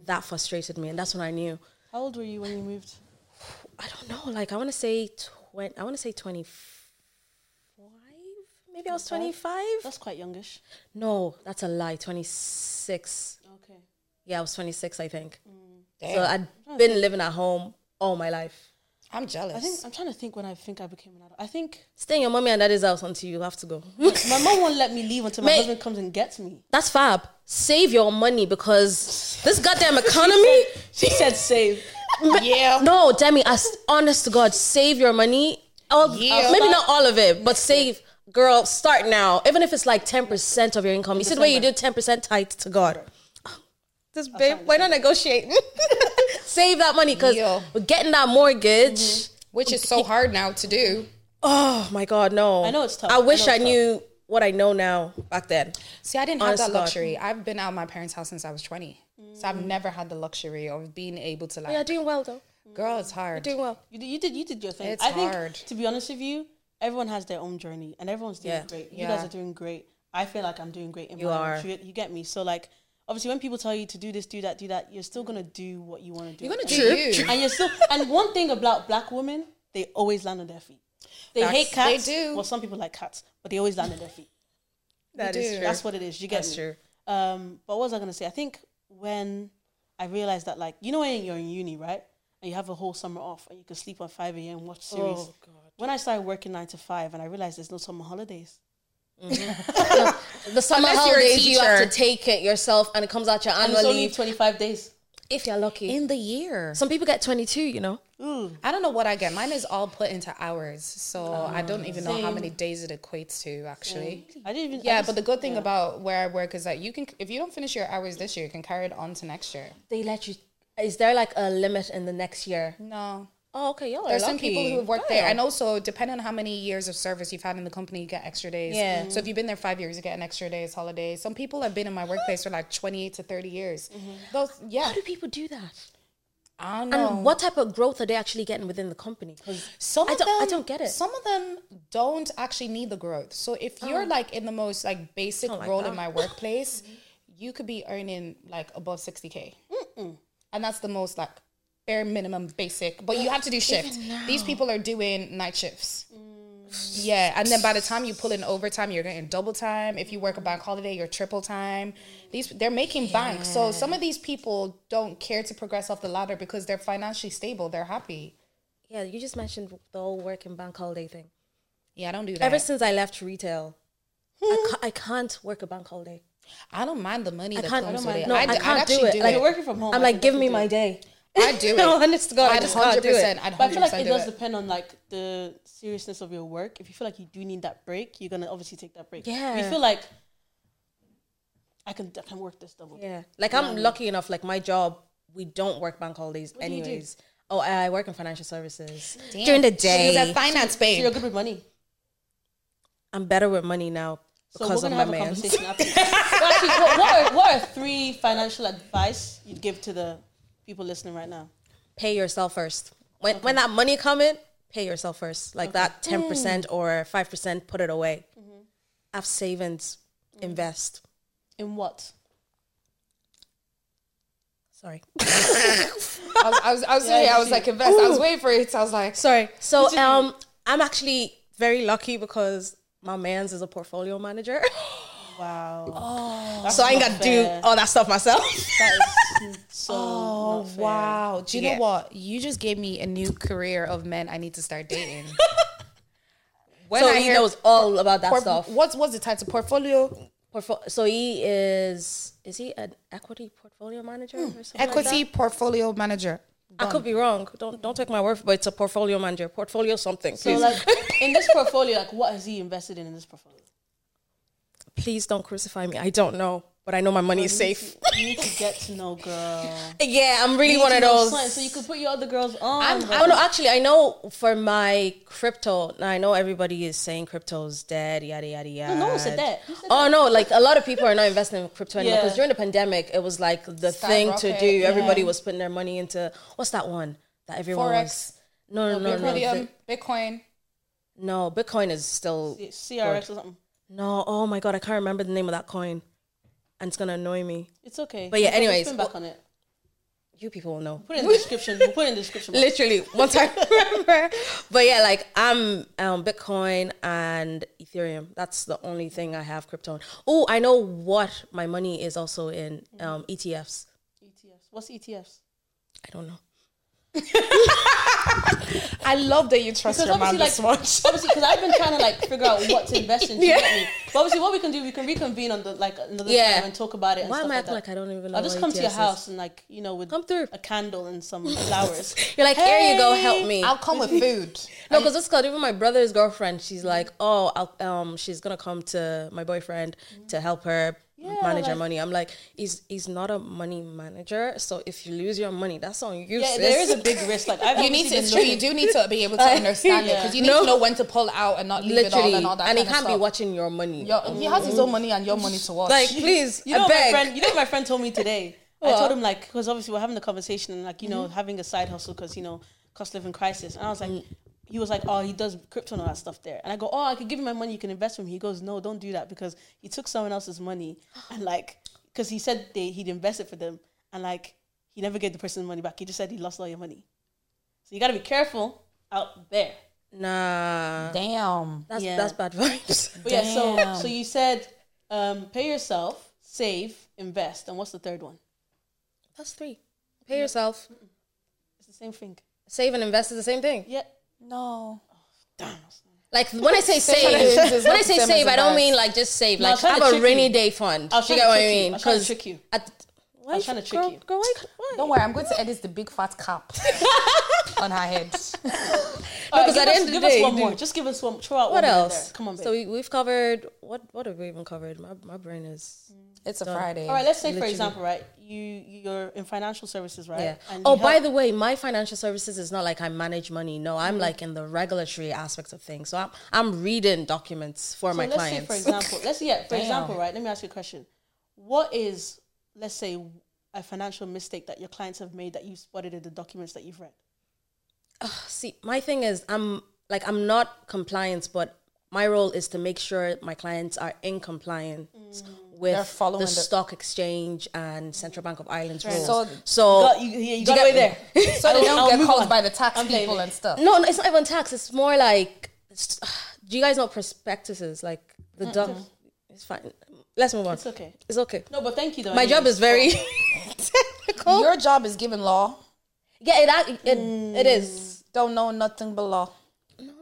S2: That frustrated me, and that's when I knew.
S3: How old were you when you moved?
S2: I don't know. Like I want to say twenty. I want to say twenty-five. Maybe I was twenty-five.
S3: That's quite youngish.
S2: No, that's a lie. 26.
S3: Okay.
S2: Yeah, I was 26, I think. So I'd been living at home all my life.
S1: I'm jealous.
S3: I think I'm trying to think when I think I became an adult. I think
S2: Stay in your mommy and daddy's house until you have to go.
S3: my mom won't let me leave until my
S2: Mate.
S3: husband comes and gets me.
S2: that's fab. Save your money because this goddamn economy.
S3: She said save.
S1: yeah.
S2: no, Demi, as honest to God, save your money. All, uh,
S1: Yeah.
S2: maybe not all of it, but save. Girl, start now. Even if it's like 10% of your income. You see the way you do 10% tight to God. This babe, why not negotiate? save that money because
S1: Yeah.
S2: we're getting that mortgage.
S1: Which is so hard now to do.
S2: Oh my God, no. I
S3: know it's tough.
S2: I wish I,
S3: I know it's
S2: knew what I know now back then.
S1: See, I didn't have
S2: Honest
S1: that
S2: to God.
S1: luxury. I've been out of my parents' house since I was 20. So I've never had the luxury of being able to like,
S5: You're doing well though.
S1: girl, it's hard.
S5: Doing well.
S3: You did, you did, you did your thing.
S1: It's
S3: I think,
S1: hard.
S3: to be honest with you, everyone has their own journey, and everyone's doing
S2: Yeah.
S3: great. You
S1: Yeah.
S3: guys are doing great. I feel like I'm doing great. In you
S2: are.
S3: You, you get me. So like, obviously, when people tell you to do this, do that, do that, you're still gonna do what you want to do.
S1: You're gonna
S3: And
S1: do
S3: you-
S1: you.
S3: And you're still. And one thing about black women, they always land on their feet. They hate
S1: Facts.
S3: cats.
S1: They do.
S3: Well, some people like cats, but they always land on their feet.
S2: That
S1: do.
S2: is true.
S3: That's what it is. You get
S2: That's
S3: me?
S2: true.
S3: Um, but what was I gonna say? I think when I realized that, like, you know, when you're in uni, right, and you have a whole summer off, and you can sleep at five a.m. watch series. When I started working nine to five, and I realized there's no summer holidays.
S2: The summer
S1: Unless you're a
S2: holidays, you have to
S1: teacher.
S2: take it yourself and it comes out your
S3: And
S2: annual
S3: it's only
S2: leave.
S3: twenty five days.
S2: If you're lucky.
S1: In the year.
S2: Some people get 22, you know.
S1: I don't know what I get. Mine is all put into hours. So I don't even know how many days it equates to, actually.
S3: I didn't even. I
S1: Yeah,
S3: just-
S1: but the good thing about where I work is that you can, if you don't finish your hours this year, you can carry it on to next year.
S2: They let you. Is there like a limit in the next year?
S1: No.
S2: Oh, okay. Y'all
S1: There's
S2: are
S1: some people
S2: lucky.
S1: who have worked
S2: Wow.
S1: there, and also depending on how many years of service you've had in the company, you get extra days.
S2: Yeah. Mhm.
S1: So if you've been there five years, you get an extra day's holiday. Some people have been in my workplace for like twenty eight to thirty years. Those, yeah,
S2: How do people do that?
S1: I don't
S2: And
S1: know.
S2: what type of growth are they actually getting within the company? 'Cause
S1: Some
S2: I
S1: of
S2: don't- I
S1: them-
S2: don't get it.
S1: Some of them don't actually need the growth. So if you're like in the most like basic
S2: Oh. like
S1: role
S2: that.
S1: in my workplace, you could be earning like above sixty k, and that's the most like bare minimum basic. But you have to do shift. These people are doing night shifts.
S2: Mm.
S1: Yeah, and then by the time you pull in overtime, you're getting double time. If you work a bank holiday, you're triple time. These they're making bank. So some of these people don't care to progress off the ladder because they're financially stable. They're happy.
S2: Yeah, you just mentioned the whole work and bank holiday thing.
S1: Yeah, I don't do that.
S2: Ever since I left retail,
S3: Hmm.
S2: I, ca- I can't work a bank holiday.
S1: I don't mind the money
S2: I
S1: that
S2: can't- I
S1: comes
S2: don't
S1: with it.
S2: mind. No, I
S1: d- I'd
S2: can't do
S1: actually
S2: it. Like,
S3: you're working from home.
S2: I'm
S3: Oh, I
S2: like,
S3: think
S2: give
S3: I
S2: me
S3: can do
S2: my
S3: it.
S2: day.
S1: I do it.
S2: No, honest to God, I
S1: I'd
S2: just can't do it.
S1: 100%, I'd 100%
S3: But I feel like it
S1: do
S3: does
S1: it.
S3: depend on like the seriousness of your work. If you feel like you do need that break, you're gonna obviously take that break. If
S2: Yeah.
S3: you feel like I can I can work this double.
S2: Yeah, like I'm lucky enough. Like my job, we don't work bank holidays, anyways. Oh, I I work in financial services.
S1: During
S2: the
S1: She's
S2: day.
S1: a finance
S3: So you're
S1: babe.
S3: good with money.
S2: I'm better with money now
S3: So
S2: because
S3: we're
S2: of
S3: gonna
S2: my
S3: have a
S2: man.
S3: conversation after. this. so actually, what, what, are, what are three financial advice you'd give to the people listening right now?
S2: Pay yourself first. When when that money come in, pay yourself first. Like that ten percent
S3: Hmm.
S2: or five percent, put it away.
S3: Mm-hmm.
S2: Have savings, invest.
S3: In what?
S2: Sorry.
S1: I was, I was, I was, yeah, I was like, invest. I was waiting for it. So I was like,
S2: Sorry. So um, I'm actually very lucky because my man's is a portfolio manager,
S3: Wow.
S2: so I ain't
S3: not
S2: got to do
S3: fair.
S2: all that stuff myself.
S3: That is is so oh, not fair.
S1: Wow. Do you
S6: Yeah.
S1: know what? You just gave me a new career of men I need to start dating. when
S2: So
S1: I
S2: he
S1: hear
S2: knows all about that
S1: por-
S2: stuff.
S1: what's what's the title? Portfolio
S2: Portfo- so he is is he an equity portfolio manager or something? like
S1: equity portfolio manager.
S2: that? I could be wrong. Don't don't take my word, for it, but it's a portfolio manager, portfolio something.
S3: So
S2: please.
S3: like in this portfolio, like what has he invested in in this portfolio?
S2: please don't crucify me. I don't know, but I know my money is safe.
S3: You need to get to know, girl.
S2: yeah, I'm really
S3: You
S2: one
S3: need
S2: of
S3: to know
S2: those.
S3: something So you could put your other girls on. bro.
S2: Oh no, actually, I know for my crypto. Now I know everybody is saying crypto's dead, yada yada yada.
S3: no one said that. You said
S2: oh no, like a lot of people are not investing in crypto anymore
S3: Yeah.
S2: because during the pandemic, it was like the thing to
S6: Skyrocket,
S2: do. Everybody was putting their money into what's that one that everyone
S6: Forex.
S2: was. No, no, no, no,
S6: Ethereum,
S3: um,
S2: the-
S6: um, Bitcoin.
S2: no. Bitcoin is still
S3: CRX or something.
S2: no. Oh my god, I can't remember the name of that coin, and it's gonna annoy me.
S3: It's okay.
S2: But yeah,
S3: We'll
S2: anyways,
S3: spin back
S2: well-
S3: on it.
S2: You people will know.
S3: Put it in the description. We'll put it in the description. box.
S2: literally one time remember but yeah like i'm um bitcoin and ethereum that's the only thing i have crypto on. oh i know what my money is also in um etfs
S3: ETFs. E What's ETFs?
S2: i don't know
S1: I love that you trust
S3: Because
S1: your man
S3: obviously,
S1: this
S3: like,
S1: much.
S3: obviously, because I've been trying to like figure out what to invest in. yeah. But obviously, what we can do, we can reconvene on the like another
S2: Yeah.
S3: time and talk about it. And
S2: why
S3: stuff
S2: am i
S3: like
S2: acting
S3: that.
S2: like i don't even know
S3: I'll just
S2: what
S3: come to your
S2: ETFs is?
S3: house and like you know with
S2: Come through.
S3: a candle and some flowers.
S2: you're like here you go help me
S6: I'll come with food.
S2: No, because it's called even my brother's girlfriend. She's like, oh, I'll, um, she's gonna come to my boyfriend to help her manage her
S3: like-
S2: money. I'm like, he's he's not a money manager, so if you lose your money, that's on you.
S3: Yeah,
S2: sis.
S3: there is a big risk. Like I've
S6: You need to.
S3: obviously
S6: It's
S3: been
S6: true. You do need to be able to understand it because you need
S2: No.
S6: to know when to pull out and not leave it all
S2: literally,
S6: and all that.
S2: and he
S6: kind of
S2: can't be
S6: stuff.
S2: watching your money.
S6: Your- he has his own money and your money to watch.
S2: Like, please,
S3: You know,
S2: I
S3: what my
S2: beg.
S3: friend. You know, what my friend told me today. I told him like because obviously we're having the conversation and like you
S2: Mm-hmm.
S3: know having a side hustle because you know cost living crisis. And I was like,
S2: Mm.
S3: he was like, oh, he does crypto and all that stuff there. And I go, oh, I could give you my money. You can invest for me. He goes, no, don't do that because he took someone else's money and like because he said they, he'd invest it for them and like he never gave the person money back. He just said he lost all your money. So you got to be careful out there.
S2: nah,
S6: damn.
S2: that's
S3: Yeah.
S2: that's bad vibes.
S3: But yeah, so so you said um, pay yourself, save, invest, and what's the third one?
S2: that's three. Pay yourself,
S3: It's the same thing.
S2: save and invest is the same thing.
S3: Yeah.
S6: No.
S2: Like when I say
S6: and invest
S2: save,
S6: is
S2: when
S6: not
S2: I
S6: the
S2: say
S6: same
S2: save,
S6: as
S2: I don't
S6: invest.
S2: mean like just save.
S3: I
S2: Like
S3: was trying
S2: have
S3: to
S2: a
S3: trick
S2: rainy
S3: you.
S2: day fund.
S3: I was
S2: You
S3: trying
S2: get
S3: to
S2: what I
S3: trick you. I
S2: mean?
S3: was
S2: 'Cause
S3: trying to trick you.
S2: at- why
S3: was trying to trick
S2: girl-
S3: you.
S2: Girl, why, why?
S6: Don't worry, I'm going to edit the big fat cap on her head.
S3: Alright,
S2: because
S3: give
S2: at the
S3: us-
S2: end of the
S3: give
S2: day,
S3: us one
S2: dude.
S3: more. Just give us one. Throw out
S2: What
S3: one more
S2: else?
S3: There. Come on, babe.
S2: So we, we've covered what? What have we even covered? My, my brain is
S6: It's a Friday.
S3: all right. Let's say, for
S2: literally.
S3: example, right? You you're in financial services, right?
S2: yeah.
S3: And
S2: oh,
S3: you
S2: by
S3: help- Mm-hmm.
S2: the way, my financial services is not like I manage money. No, I'm like in the regulatory aspects of things. So I'm I'm reading documents for
S3: so
S2: my
S3: let's
S2: clients.
S3: say, for example, let's yeah, for example, right? Let me ask you a question. What is, let's say, a financial mistake that your clients have made that you spotted in the documents that you've read?
S2: see my thing is i'm like i'm not compliance but my role is to make sure my clients are in compliance
S3: Mm.
S2: with
S6: following
S2: the
S6: the-
S2: stock exchange and central bank of ireland's rules
S6: So-
S2: so,
S3: Got- you, yeah, you got
S2: get
S3: away
S2: me?
S3: there.
S6: So they
S3: I'll
S6: don't get
S3: move
S6: called
S3: on.
S6: by the tax
S3: I'm
S6: people
S3: blaming.
S6: and stuff.
S2: no no, it's not even tax it's more like it's- do you guys know prospectuses like the doc it's fine let's move on
S3: It's okay.
S2: it's okay
S3: No, but thank you though.
S2: my job
S3: anyways.
S2: is very
S3: oh.
S2: technical
S6: Your job is giving law. Mm.
S2: yeah it, act- it, it is
S6: Don't know nothing but law.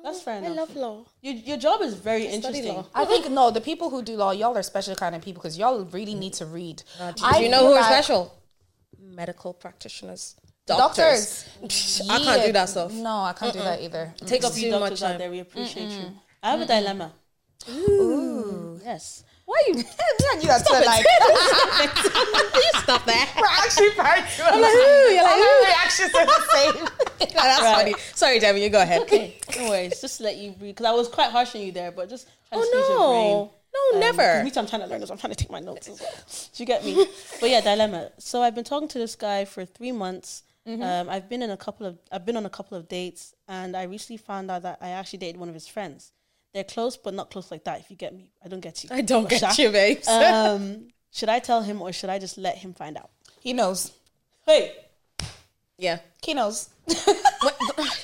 S3: That's fair
S2: i
S3: enough.
S2: love law
S3: your, your job is very interesting.
S2: law.
S6: I think no, the people who do law, y'all are special kind of people because y'all really need to read. I
S2: do you know who
S6: feel
S2: are
S6: like-
S2: special medical practitioners doctors.
S6: Doctors.
S2: I can't
S6: Yeah.
S2: do that stuff.
S6: No, I can't do that either.
S1: Mm.
S2: Takes
S3: Love you
S2: too much
S3: doctors out
S2: time.
S3: there. We appreciate you. I have a dilemma. Ooh. Yes.
S6: Why you? you are so like
S2: Stop that.
S6: we're actually part two. I'm like,
S2: you're like, "Ah,
S6: our reactions are the same.
S2: that's funny. Sorry, Demi, you go ahead.
S3: Okay. No worries. Just to let you breathe. Because I was quite harsh on you there, but just trying to squeeze your brain.
S2: Oh, No, no,
S3: Um, 'cause
S2: never.
S3: Me too, I'm trying to learn this. I'm trying to take my notes as well. Do you get me? but yeah, dilemma. So I've been talking to this guy for three months.
S2: Mm-hmm.
S3: Um, I've been in a couple of I've been on a couple of dates, and I recently found out that I actually dated one of his friends. They're close, but not close like that. If you get me, I don't get you.
S2: I don't
S3: Or
S2: get
S3: sha-
S2: you, babes.
S3: Um, should I tell him or should I just let him find out?
S6: He knows.
S3: Hey,
S2: yeah.
S6: He knows.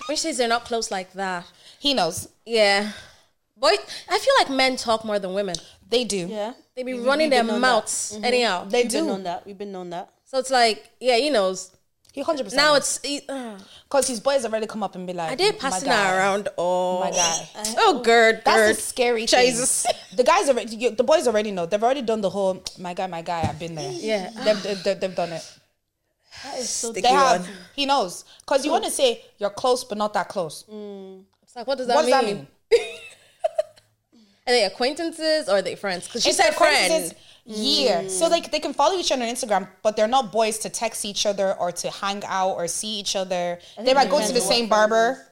S2: When she says they're not close like that.
S6: He knows.
S2: Yeah. Boy, I feel like men talk more than women.
S6: They do.
S3: yeah. Mm-hmm.
S2: They be running their mouths anyhow.
S3: We've been on that. We've been on that.
S2: So it's like, yeah, he knows.
S1: He hundred percent.
S2: Now it's he, uh,
S1: because his boys already come up and be like,
S2: are they passing her around or
S1: My guy.
S2: oh gird
S1: That's
S2: gird
S1: a scary
S2: Jesus.
S1: thing. The guys already, you- the boys already know. They've already done the whole my guy, my guy. I've been there.
S2: Yeah.
S1: they've, they've, they've, they've done it.
S3: so
S1: They have. He knows because you want to say you're close but not that close.
S2: It's like what does that
S1: What does
S2: mean?
S1: that mean?
S2: Are they acquaintances or are they friends? Because she
S1: It's
S2: said
S1: acquaintances.
S2: friend.
S1: Yeah. So like they can follow each other on Instagram, but they're not boys to text each other or to hang out or see each other. They might go to the
S3: depends on
S1: same
S3: what friend
S1: barber.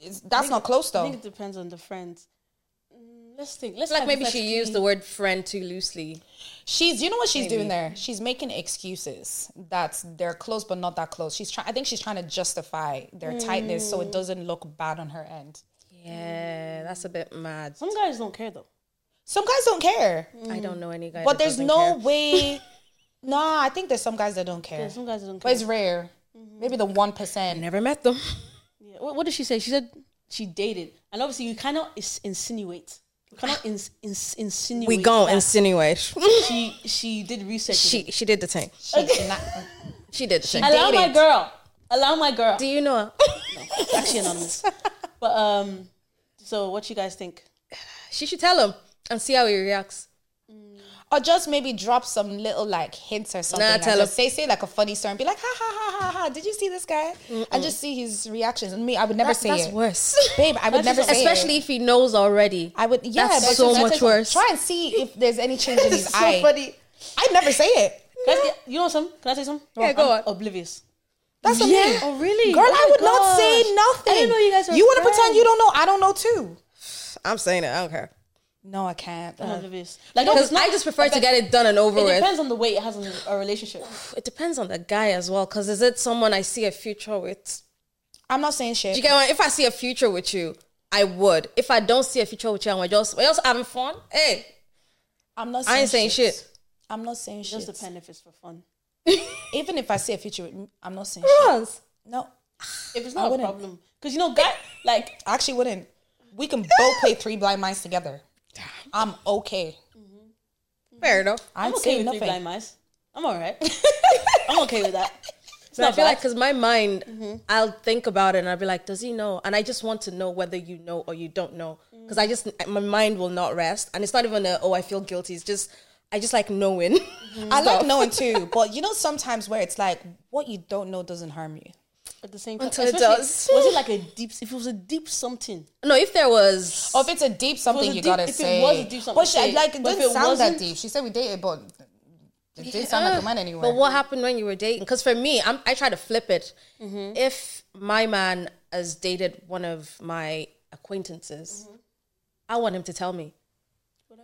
S1: It's- That's not close
S3: I
S1: though.
S3: think it depends on the friends. Mm, Let's think. Let's
S2: Like maybe she
S3: hypothetically-
S2: used the word friend too loosely.
S1: She's, you know what she's doing there? She's making excuses that they're close but not that close. She's trying. I think she's trying to justify their tightness so it doesn't look bad on her end.
S2: Yeah, that's a bit mad.
S3: Some guys don't care though.
S1: Some guys don't care,
S2: I don't know any guy.
S1: but
S2: that
S1: there's
S2: doesn't
S1: no
S2: care.
S1: way. nah, I think there's some guys that don't care,
S3: Some guys don't
S1: but
S3: care.
S1: it's rare.
S2: Mm-hmm.
S1: Maybe the one percent.
S2: Never met them.
S3: Yeah. What, what did she say? She said she dated, and obviously you cannot is- insinuate. You cannot ins- ins- insinuate.
S2: We gon'
S3: that.
S2: insinuate.
S3: She she did research.
S2: she she did the thing. She did the thing.
S3: Allow my
S1: dated.
S3: girl. Allow my girl.
S2: Do you know? her?
S3: It's actually anonymous. but um, so what you guys think?
S2: She should tell him and see how he reacts.
S1: Or just maybe drop some little like hints or something.
S2: Nah,
S1: like
S2: tell
S1: just
S2: him.
S1: say say like a funny story and be like ha ha ha ha ha. Did you see this guy? And just see his reactions. And me, I would never say
S2: that's
S1: it,
S2: worse.
S1: babe. I would never say it.
S2: Especially if he knows already.
S1: I would. Yeah,
S2: That's
S1: but
S2: so
S1: just-
S2: much
S1: just
S2: worse.
S1: Try and see if there's any change in his eye. I never say it.
S3: Can I say- you know something? Can I say something?
S2: Yeah, go
S3: I'm
S2: on.
S3: Oblivious.
S1: That's what I mean.
S3: Oh really?
S1: Girl, I
S3: Oh,
S1: would not
S3: gosh.
S1: say nothing.
S3: I didn't know you guys were
S1: You want to pretend
S3: friends.
S1: you don't know? I don't know too.
S2: I'm saying it. I don't care.
S1: No, I
S2: Oh
S1: can't.
S3: I'm
S1: Uh,
S3: Oblivious. Like no,
S2: Because
S3: it's not-
S2: I just prefer to get it done and over
S3: It
S2: with.
S3: depends on the weight it has on a relationship.
S2: It depends on the guy as well. Because is it someone I see a future with?
S1: I'm not saying shit.
S2: Do you get what? If I see a future with you, I would. If I don't see a future with you, and we're just we're just having fun. Hey,
S1: I'm not. Saying
S2: I ain't saying shit.
S1: I'm not saying
S3: It
S1: shit.
S3: just depends if it's for fun.
S1: Even if I see a future, with me, I'm not saying shit. No,
S3: If it's not a
S1: wouldn't.
S3: problem, because you know, guy like
S1: I actually wouldn't. We can both play three blind mice together. I'm okay.
S2: Fair enough.
S1: I
S3: I'm
S1: ain't
S3: okay
S1: saying
S3: with three blind
S1: nothing.
S3: mice. I'm all right. I'm okay with that. It's
S2: So I
S3: not
S2: feel like
S3: bad.
S2: because my mind, I'll think about it and I'll be like, does he know? And I just want to know whether you know or you don't know because I just my mind will not rest, and it's not even a oh I feel guilty. It's just I just like knowing.
S1: I like knowing too, but you know sometimes where it's like what you don't know doesn't harm you.
S3: At the same time,
S2: Until it
S3: especially-
S2: does.
S3: Was it like a deep? If it was a deep something,
S2: no, if there was
S1: Or if it's a deep something,
S3: a
S1: you
S3: deep-
S1: gotta
S3: if it
S1: say.
S3: was a deep something,
S1: But she,
S3: say it.
S1: like, it
S3: But if
S1: didn't
S3: it
S1: sound that
S3: wasn't-
S1: deep. She said we dated, but it didn't sound like a man anyway.
S2: But what happened when you were dating? Because for me, I'm, I try to flip it.
S3: Mm-hmm.
S2: If my man has dated one of my acquaintances, I want him to tell me.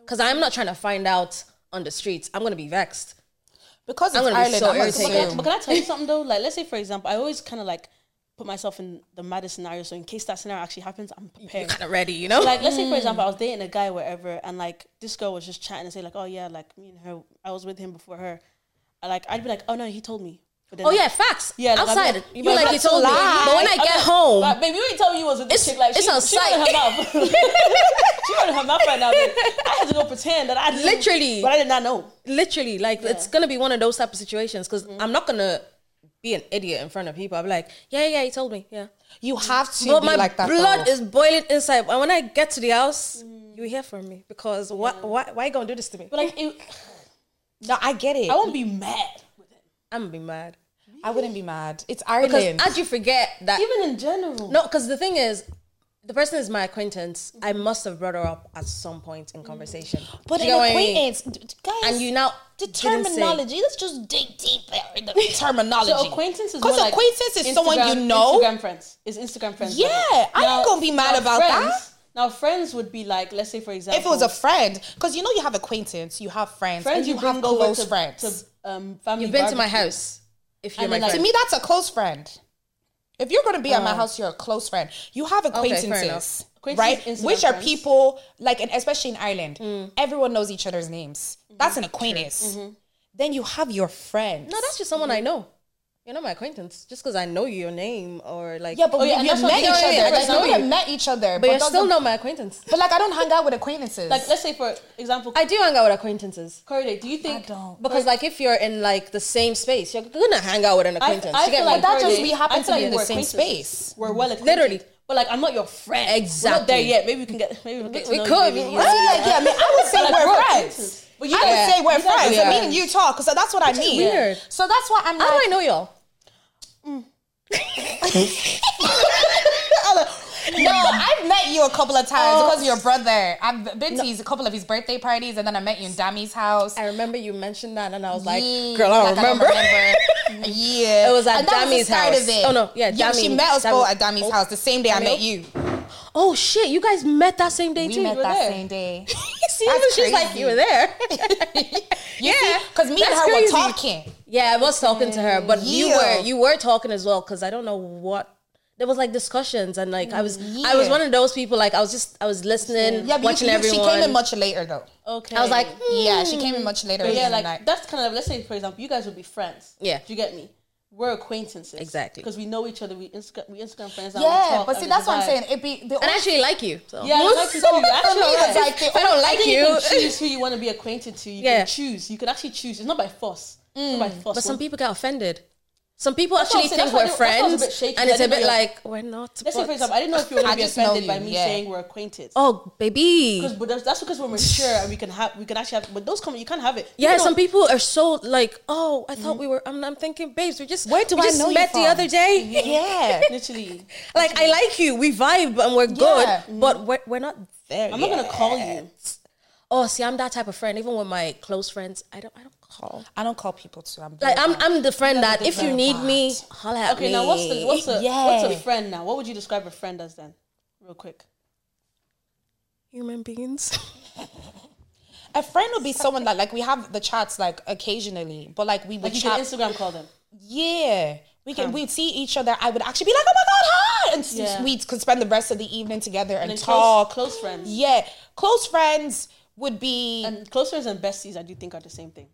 S2: Because I'm not trying to find out on the streets. I'm going to be vexed.
S1: Because it's
S2: I'm gonna be
S1: Ireland,
S2: so
S1: I'm gonna
S3: But
S2: irritated.
S1: say
S3: can, but can I tell you something though? Like, let's say for example, I always kind of like put myself in the maddest scenario, so in case that scenario actually happens, I'm prepared.
S2: Kind of ready, you know?
S3: Like, let's say for
S1: Mm.
S3: example, I was dating a guy wherever, and like this girl was just chatting and say like, oh yeah, like me and her, I was with him before her. I, like I'd be like, oh no, he told me. But then
S2: oh,
S3: like-
S2: yeah, facts.
S3: Yeah,
S2: Yeah,
S3: like, I'd be
S2: Outside,
S3: like,
S2: you
S3: yeah,
S2: be like, you
S3: that's a
S2: told me.
S3: lie.
S2: But when I
S3: I'm
S2: get
S3: like,
S2: home,
S3: Like, baby, you ain't telling me you was with this
S2: It's-
S3: chick. Like,
S2: it's
S3: she,
S2: on
S3: she running her mouth. she running her mouth right now. babe. I had to go pretend that I didn't-
S2: Literally.
S3: but I did not know.
S2: literally, like, it's going to be one of those type of situations because
S3: Mm-hmm.
S2: I'm not going to be an idiot in front of people. I'll be like, yeah, yeah, he told me. Yeah.
S1: you have to
S2: But
S1: be
S2: my
S1: like that.
S2: blood
S1: though.
S2: is boiling inside. And when I get to the house, you hear from me because what? Why? Why you gonna do this to me?
S3: But like, it,
S1: no, I get it.
S3: I
S1: I,
S3: won't be mad.
S2: I'm gonna be mad
S1: wouldn't be mad. It's
S2: because
S1: Ireland.
S2: as you forget that
S3: Even in general.
S2: no, because the thing is. The person is my acquaintance. I must have brought her up at some point in conversation.
S6: Mm.
S1: but
S2: Do
S1: an
S2: you get what I mean?
S1: acquaintance, d- d- guys.
S2: and you now
S1: the
S2: didn't say.
S1: terminology. Let's just dig deeper in the terminology.
S3: So acquaintance is more
S1: because
S3: like
S1: acquaintance is someone you
S3: Instagram-
S1: know.
S3: Instagram friends is Instagram friends.
S1: Yeah,
S3: level.
S1: I ain't gonna be mad
S3: now
S1: about
S3: friends,
S1: that.
S3: Now friends would be like, let's say for example,
S1: If it was a friend, because you know you have acquaintance, you have friends, and
S3: friends,
S1: you,
S3: you
S1: have
S3: bring over
S1: close
S3: to,
S1: friends.
S3: to um, family.
S2: You've been to my
S3: barbecue.
S2: house. If you're
S3: And
S2: my
S3: then, like,
S2: friend,
S1: to me, that's a close friend. If you're going to be at
S3: Oh.
S1: my house, you're a close friend. You have
S2: fair
S1: acquaintances,
S2: enough.
S1: right?
S3: Acquaintances, Instagram
S1: Which are
S3: friends. Mm.
S1: people like, and especially in Ireland, everyone knows each other's
S3: Mm-hmm.
S1: names. That's an acquaintance. Then you have your friends.
S2: no, that's just someone I know. You're not my acquaintance just because I know your name or like. Oh,
S6: Yeah, but
S3: yeah,
S6: we,
S3: and
S6: have
S3: that's what
S6: met
S3: they
S6: each
S3: are, yeah,
S6: other.
S3: like,
S6: Like,
S3: I know
S6: we would have
S3: you.
S6: met each other,
S2: but you're still
S6: doesn't-
S2: not my acquaintance.
S6: But like, I don't hang out with acquaintances.
S3: Like, let's say for example,
S2: I do hang out with acquaintances.
S3: Corey, Day, do you think?
S6: don't.
S2: Because like if you're in like the same space, you're gonna hang out with an acquaintance.
S3: I
S2: you get
S3: feel
S2: me?
S3: like
S6: that just
S3: Corey,
S6: we
S3: I
S6: happen
S3: feel
S6: to
S3: like
S6: be in the
S3: we're
S6: same
S3: acquaintances.
S6: space.
S3: We're well acquainted.
S2: Literally.
S3: But like, I'm not your friend. We're
S2: Exactly.
S3: not there yet. Maybe we can get. Maybe we'll get to
S2: We
S3: know
S2: could.
S3: You, maybe
S2: Right?
S3: you-
S1: like, yeah, I mean, I would say
S3: Like,
S1: we're
S3: we're
S1: friends.
S3: acquaintances. But you
S1: I
S3: guys-
S1: would say we're
S3: you guys are
S1: friends. So me
S2: weird.
S1: and you talk. So that's what I mean.
S2: weird.
S1: So that's why I'm
S2: How do I
S1: like,
S2: know y'all?
S1: no, I've met you a couple of times
S2: Oh.
S1: because of your brother. I've been to his, a couple of his birthday parties, and then I met you in Dami's house.
S2: I remember you mentioned that, and I was
S1: Yeah,
S2: like, "Girl, I don't
S1: like,
S2: remember."
S1: remember. yeah,
S2: It was at
S1: And that
S2: Dami's
S1: the start
S2: house.
S1: Of it.
S2: Oh, no, yeah, Oh.
S1: yeah. She
S2: Dami-
S1: met us
S2: Dami-
S1: both at Dami's house the same day I met
S2: Dami-
S1: you.
S2: oh shit! You guys met that same day
S1: We
S2: too.
S1: met
S2: you
S1: that
S2: there.
S1: same day.
S2: See,
S1: That's
S2: even she's like,
S1: crazy.
S2: "You were there."
S1: yeah, because me and
S2: that's
S1: her were
S2: crazy.
S1: talking.
S2: yeah, I was talking to her, but you
S1: Yeah.
S2: were you were talking as well because I don't know what there was like discussions and like I was I was
S1: Yeah.
S2: one of those people like I was just I was listening,
S1: Yeah, but
S2: watching
S1: you, you, she
S2: everyone.
S1: came in much later though.
S3: Okay.
S1: I was like,
S2: "Hmm,
S1: yeah, she came in much later.
S3: But yeah,
S1: in the
S3: like
S1: night.
S3: that's kind of let's say for example, you guys would be friends.
S2: Yeah.
S3: Do you get me? We're acquaintances.
S2: Exactly.
S3: Because we know each other. We Instagram, we Instagram friends. and we
S1: yeah,
S3: talk
S1: but
S3: and
S1: see,
S3: we
S1: that's what I'm
S3: vibe.
S1: saying. It be the
S2: and I
S1: only-
S2: actually like you. So.
S3: Yeah, I like you too. You're
S1: for
S3: actually
S1: me,
S3: right.
S1: it's like the
S2: I don't like
S3: think
S2: you.
S3: can choose who you want to be acquainted to. You
S2: Yeah.
S3: can choose. You can actually choose. It's not by force. It's not by force.
S2: But some
S3: Well,
S2: people get offended. Some people
S3: That's what
S2: actually
S3: I'm
S2: think we're
S3: saying. That's why I was a
S2: friends,
S3: bit shaky.
S2: and it's
S3: I
S2: a
S3: didn't
S2: bit
S3: know
S2: like we're not.
S3: Let's say for
S2: but-
S3: example, I didn't know if you were
S1: I
S3: going to be
S1: just know
S3: offended
S1: you,
S3: by me
S1: yeah.
S3: saying we're acquainted.
S2: oh baby,
S3: 'Cause- But that's, that's because we're mature and we can have we can actually have. But those come you can't have it.
S2: Yeah,
S3: You know,
S2: some people are so like, oh, I
S3: Mm.
S2: thought we were. I'm, I'm thinking, babes, we just
S1: Where do
S2: we
S1: I
S2: just
S1: know you
S2: met
S1: from?
S2: the other day.
S1: yeah.
S3: literally.
S2: Like I like you, we vibe and we're
S1: Yeah.
S3: Mm.
S2: good, but we're, we're not there.
S3: I'm not gonna call you.
S2: Oh, see, I'm that type of friend. Even with my close friends, I don't I don't call.
S1: I don't call people too. I'm
S2: Like I'm I'm the friend that if you need me, holla at
S3: Okay,
S2: me.
S3: now what's the what's a what's
S1: Yeah.
S3: a friend now? What would you describe a friend as then? Real quick.
S2: human beings?
S1: a friend would be someone that like we have the chats like occasionally, but like we would
S3: Like you
S1: chat.
S3: can Instagram call them.
S1: yeah, we can we'd see each other. I would actually be like, oh my god, hi, and s-
S3: Yeah.
S1: we could spend the rest of the evening together and,
S3: And
S1: talk.
S3: close, close friends.
S1: yeah, close friends would be
S3: And close friends and besties, I do think are the same thing.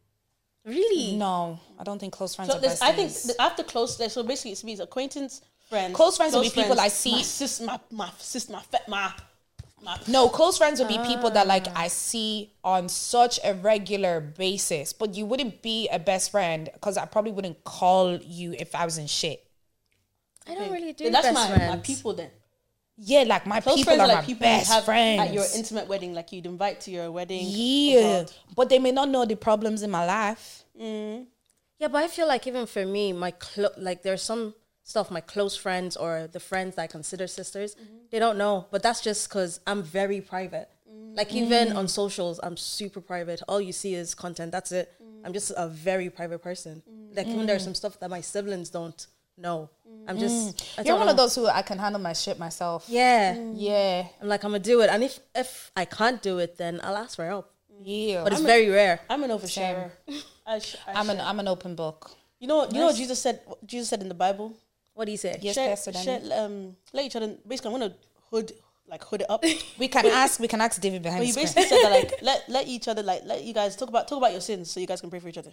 S2: really?
S1: no. I don't think close friends.
S3: So
S1: are
S3: there's- I think
S1: besties.
S3: th- after close, like, so basically it's means acquaintance, friends,
S1: Close friends will be people I see.
S3: My sis, my my sis, my fe- my my.
S1: No, close friends would be people that like I see on such a regular basis, but you wouldn't be a best friend because I probably wouldn't call you if I was in shit.
S2: I don't really do
S3: Then that's
S2: best
S3: my,
S2: friends.
S3: my people then.
S1: Yeah, like my
S3: Close
S1: people
S3: friends
S1: are
S3: are like
S1: my
S3: people you
S1: best
S3: have
S1: friends.
S3: at your intimate wedding, like you'd invite to your wedding. Oh,
S1: yeah,
S3: abroad.
S1: but they may not know the problems in my life.
S2: Yeah, but I feel like even for me, my clo- like there's some stuff my close friends or the friends that I consider sisters, they don't know. But that's just because I'm very private. Like even
S1: Mm.
S2: on socials, I'm super private. All you see is content. That's it. I'm just a very private person. Like even there's
S1: Mm.
S2: some stuff that my siblings don't know. I'm just I
S1: Mm. You're
S2: don't
S1: one
S2: know.
S1: of those who I can handle my shit myself.
S2: Yeah,
S1: Mm. Yeah,
S2: I'm like I'm gonna do it, and if if I can't do it, then I'll ask for help.
S1: yeah.
S2: But it's very rare.
S3: I'm an oversharer. I sh- I
S1: I'm an
S3: share.
S1: I'm an open book.
S3: You know what? You know what Jesus said. What Jesus said in the Bible.
S2: What do you say?
S1: Yes,
S3: Share,
S1: Pastor Danny.
S3: share, um, let each other. Basically, I'm gonna hood like hood it up.
S1: We can ask we can ask David behind
S3: But you
S1: the
S3: basically
S1: screen.
S3: said that like let let each other like let you guys talk about talk about your sins so you guys can pray for each other.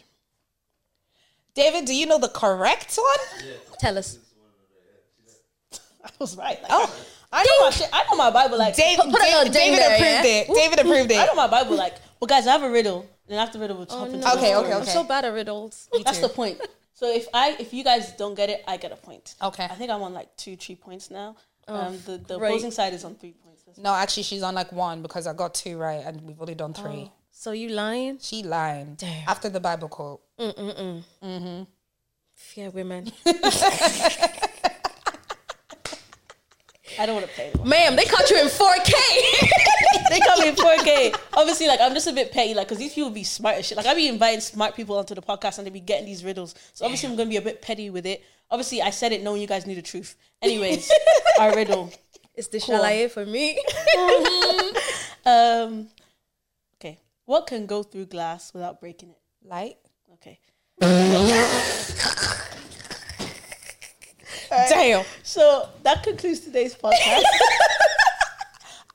S1: David, do you know the correct one?
S2: Tell us.
S3: I was right. Like, oh, I, know my shit. I know my Bible. Like
S1: David,
S2: Put- put a little
S1: David,
S2: ding
S1: David
S2: there,
S1: approved
S2: yeah?
S1: it. David approved
S3: I
S1: it.
S3: know my Bible. Like, well, guys, I have a riddle, and after riddle, we'll hop into
S2: no.
S3: the
S1: Okay,
S3: story.
S1: okay,
S2: I'm
S1: okay.
S2: so bad at riddles.
S3: That's the point. So if I if you guys don't get it, I get a point.
S1: Okay.
S3: I think I'm on like two, three points now. um, the the
S2: great.
S3: opposing side is on three points.
S1: No, actually, she's on like one because I got two right, and we've only done three.
S2: So you lying?
S1: She lying after the Bible quote.
S2: Fear women.
S3: I don't want to play anymore.
S2: Ma'am, they caught you in 4K.
S3: they call me 4K. Obviously, like I'm just a bit petty, like because these people be smart as shit. Like I be inviting smart people onto the podcast, and they be getting these riddles. So obviously, I'm gonna be a bit petty with it. Obviously, I said it knowing you guys knew the truth. Anyways, our riddle.
S2: It's the shalaye for me.
S3: Um, okay, what can go through glass without breaking it?
S1: Light.
S3: Okay.
S1: Damn,
S3: So that concludes today's podcast.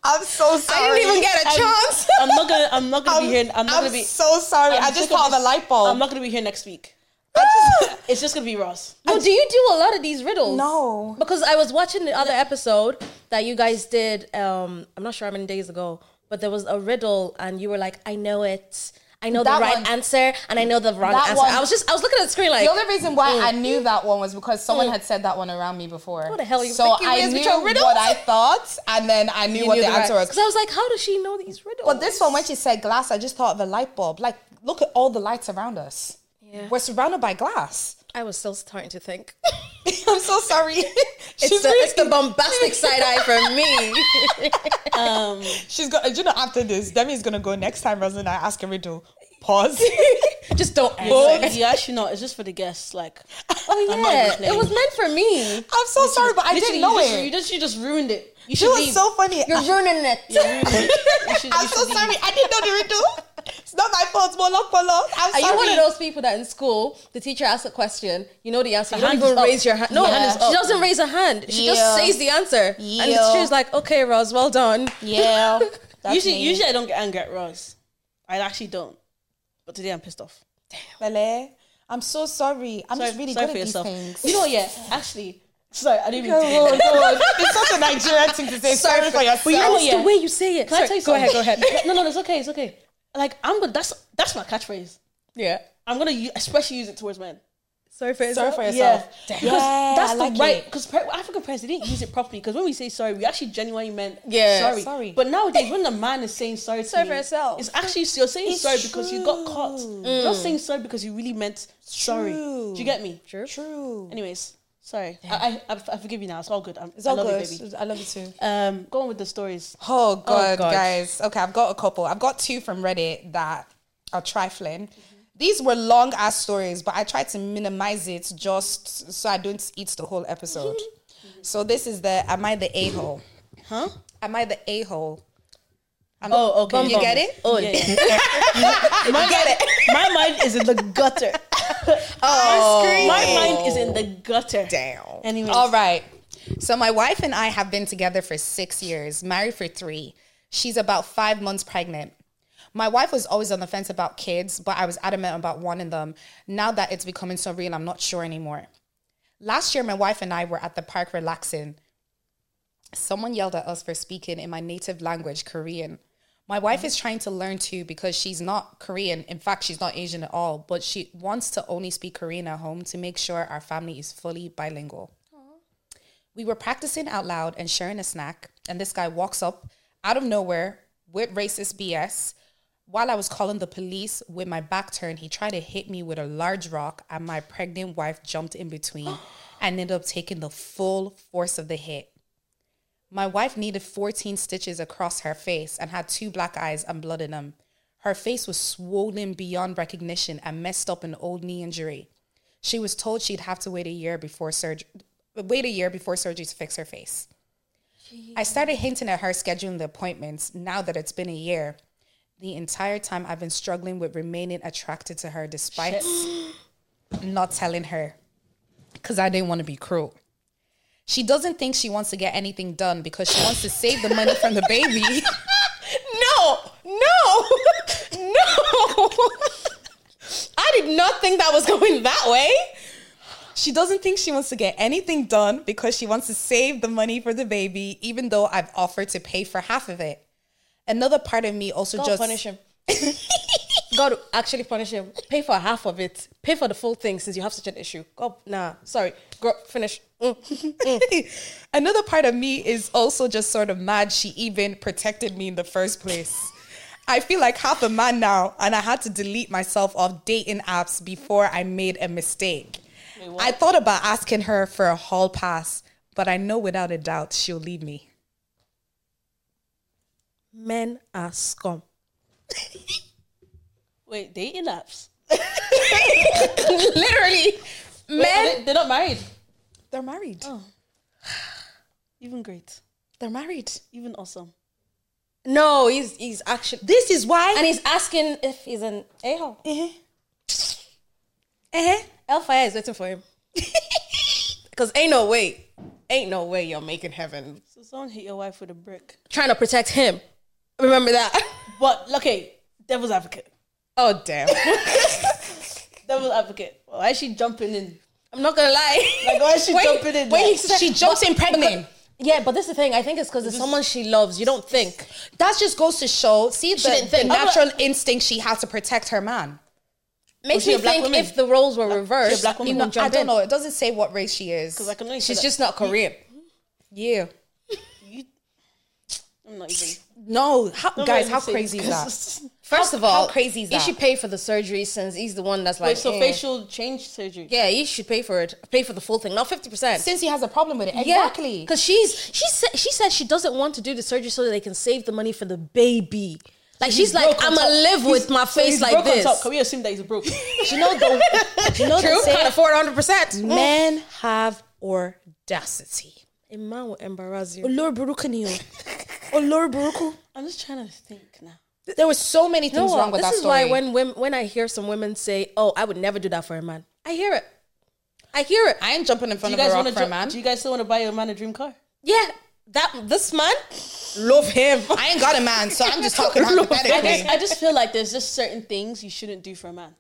S1: I'm so sorry. I didn't even get a
S3: I'm-
S1: chance.
S3: I'm not gonna. I'm not gonna be here. I'm not
S1: I'm
S3: gonna be.
S1: so sorry. i
S3: I'm
S1: just
S3: sick of
S1: called the
S3: this.
S1: light
S3: I'm
S1: bulb.
S3: not gonna be here next week. It's just gonna be Ross.
S2: No, do you do a lot of these riddles?
S7: No.
S2: Because I was watching the other episode that you guys did, um, I'm not sure how many days ago, but there was a riddle and you were like, I know it. I know
S1: That
S2: the right
S1: one.
S2: answer and I know the wrong
S1: That
S2: answer.
S1: one.
S2: I was just I was looking at the screen like mm,
S1: The only reason why I knew that one was because someone had said that one around me before. What
S2: the hell you
S1: So
S2: thinking
S1: I
S2: is
S1: knew
S2: with your riddles?
S1: what I thought, and then I knew what the answer was.
S2: Because I was like, how does she know these riddles?
S1: But this one, when she said glass, I just thought of a light bulb. Like, look at all the lights around us. We're surrounded by glass.
S2: I was still starting to think.
S1: I'm so sorry.
S2: It's, the, it's the bombastic side eye for me.
S1: She's got. Do you know after this, Demi's gonna go next time. Rosalyn, I ask a riddle. Pause.
S2: Just don't
S3: It's
S2: answer.
S3: like, you actually know. It's just for the guests. Like,
S2: Oh
S3: I'm not even
S2: yeah,
S3: playing.
S2: it was meant for me.
S1: I'm so sorry, but I
S3: Literally,
S1: didn't know
S3: you just, You
S1: it.
S3: just you just ruined it. You
S1: She
S3: should
S1: was
S3: leave.
S1: so funny.
S2: You're ruining it.
S3: You should-
S1: I'm
S3: you
S1: so
S3: should leave.
S1: sorry. I didn't know the riddle. It's not my fault. Molo, Molo. I'm
S2: Are
S1: sorry.
S2: you one of those people that in school the teacher asks a question, you know the answer, you don't
S3: hand
S2: even
S3: is up.
S2: raise your hand? No,
S3: Yeah. Hand is
S2: she
S3: up.
S2: doesn't raise a hand. She
S1: Yeah.
S2: just says the answer, and the
S1: Yeah.
S2: teacher's like, "Okay, Roz, well done."
S1: Yeah. That's
S3: Usually,
S1: me.
S3: usually I don't get angry at Ross. I actually don't. But today I'm pissed off.
S1: Bele, I'm so sorry. I'm just really
S3: sorry
S1: good at
S3: for
S1: these
S3: yourself.
S1: things.
S3: You know, yeah. Actually, sorry. I didn't mean to.
S1: Oh, God. It's such a Nigerian thing to say. Sorry, for yourself.
S3: you know what, yeah.
S2: you say it.
S3: Can I tell you
S2: go ahead, go
S3: something?
S2: ahead.
S3: No, no, it's okay. It's okay. Like I'm gonna. That's that's my catchphrase.
S2: Yeah.
S3: I'm gonna u- especially use it towards men.
S2: Sorry for
S1: sorry
S2: yourself.
S1: for yourself.
S3: Yeah,
S1: Yeah,
S3: because that's
S1: I
S3: the
S1: like
S3: right.
S1: it.
S3: Because per- African parents they didn't use it properly. Because when we say sorry, we actually genuinely meant
S2: Yeah,
S3: sorry.
S1: sorry.
S3: But nowadays, when a man is saying sorry, to
S2: Sorry
S3: me,
S2: for yourself.
S3: it's actually you're saying sorry because you got caught. You're not saying sorry because you really meant sorry.
S1: True.
S3: Do you get me?
S2: True.
S1: True.
S3: Anyways, sorry. I, I, I forgive you now. It's all good. I'm,
S1: It's all
S3: I love
S1: good.
S3: you, baby.
S1: I love you too.
S3: Um, go on with the stories.
S1: Oh god,
S2: God.
S1: guys. Okay, I've got a couple. I've got two from Reddit that are trifling. These were long ass stories, but I tried to minimize it just so I don't eat the whole episode. so this is the Am I the a hole?
S3: Huh?
S1: Am I the a hole?
S3: Oh, okay.
S1: You get it?
S2: Oh,
S3: My mind, my mind is in the gutter. oh, my mind is in the gutter.
S1: Damn.
S3: Anyways.
S1: All right. So my wife and I have been together for six years, married for three. She's about five months pregnant. My wife was always on the fence about kids, but I was adamant about wanting them. Now that it's becoming so real, I'm not sure anymore. Last year, my wife and I were at the park relaxing. Someone yelled at us for speaking in my native language, Korean. My wife is trying to learn too because she's not Korean. In fact, she's not Asian at all, but she wants to only speak Korean at home to make sure our family is fully bilingual. We were practicing out loud and sharing a snack, and this guy walks up out of nowhere with racist BS. While I was calling the police with my back turned, he tried to hit me with a large rock, and my pregnant wife jumped in between and ended up taking the full force of the hit. My wife needed 14 stitches across her face and had two black eyes and blood in them. Her face was swollen beyond recognition and messed up an old knee injury. She was told she'd have to wait a year before surgery wait a year before surgery to fix her face. I started hinting at her scheduling the appointments now that it's been a year. The entire time I've been struggling with remaining attracted to her despite not telling her because I didn't want to be cruel. She doesn't think she wants to get anything done because she wants to save the money from the baby.
S2: no, no, no. I did not think that was going that way.
S1: She doesn't think she wants to get anything done because she wants to save the money for the baby, even though I've offered to pay for half of it. Another part of me also
S2: God
S1: just
S2: punish him. God actually punish him. Pay for half of it. Pay for the full thing since you have such an issue. God, nah, sorry. Girl, finish. Mm.
S1: Another part of me is also just sort of mad she even protected me in the first place. I feel like half a man now, and I had to delete myself off dating apps before I made a mistake. I thought about asking her for a hall pass, but I know without a doubt she'll leave me.
S2: Men are scum.
S3: Wait, dating apps.
S2: Literally,
S3: Wait, are
S2: men.
S3: Oh, they, they're not married.
S1: They're married.
S3: Even great.
S1: They're married.
S3: Even awesome.
S2: No, he's he's actually
S1: This is why.
S2: and he's asking if he's an a hole.
S3: Uh-huh.
S1: Eh?
S2: Hellfire is waiting for him. Cause ain't no way, ain't no way you're making heaven.
S3: So someone hit your wife with a brick.
S2: Trying to protect him. Remember that.
S3: But okay, devil's advocate.
S2: Oh damn.
S3: Devil's Devil advocate. Why is she jumping in?
S2: I'm not gonna lie.
S3: Like, why is she jumping in?
S1: Wait,
S3: there?
S1: she jumps in pregnant.
S2: Yeah, but this is the thing. I think it's because it's someone she loves. You don't think.
S1: That just goes to show, see the,
S2: didn't
S1: the
S2: think. Oh, but-
S1: natural instinct she had to protect her man.
S2: Makes
S3: she
S2: me
S3: a black
S2: think
S3: woman?
S2: if the roles were reversed,
S3: black
S2: you
S3: woman?
S2: would
S3: No,
S1: I
S2: jump
S1: don't
S2: in.
S1: know. It doesn't say what race she is.
S3: 'Cause I can only say
S1: She's
S3: that-
S1: just not Korean. Yeah.
S3: I'm not even.
S1: No, how,
S3: don't
S1: guys,
S3: let me
S1: how
S3: say
S1: crazy is
S3: this, 'cause
S1: that?
S3: it's-
S2: First
S1: How-
S2: of all,
S1: how crazy is
S2: He
S1: that?
S2: should pay for the surgery since he's the one that's like.
S3: Wait, so
S2: eh.
S3: facial change surgery.
S2: Yeah, he should pay for it. Pay for the full thing, not fifty percent.
S1: Since he has a problem with it, exactly.
S2: Because she's she said she said she doesn't want to do the surgery so that they can save the money for the baby. Like she's like,
S3: broke on
S2: I'ma
S3: top.
S2: live with my
S3: So
S2: face
S3: he's
S2: like
S3: broke on
S2: this.
S3: top. Can we assume that he's broke?
S1: Do you know the? Do you know
S2: True,
S1: the saying?
S2: can't afford hundred percent.
S1: Men have audacity.
S2: A man will embarrass you.
S1: Olor buruku ni o. Olor buruku.
S3: I'm just trying to think now.
S1: There were so many
S2: You know
S1: things
S2: what?
S1: wrong with
S2: this
S1: that
S2: is
S1: story.
S2: why when women, when I hear some women say, "Oh, I would never do that for a man," I hear it. I hear it.
S1: I ain't jumping in
S3: Do
S1: front
S3: you
S1: of a
S3: guys
S1: rock
S3: want to?
S1: for a man.
S3: Do you guys still want to buy your man a dream car?
S2: Yeah, that this man, love him.
S1: I ain't got a man, so I'm just talking
S3: I just,
S1: hypothetically.
S3: I just feel like there's just certain things you shouldn't do for a man.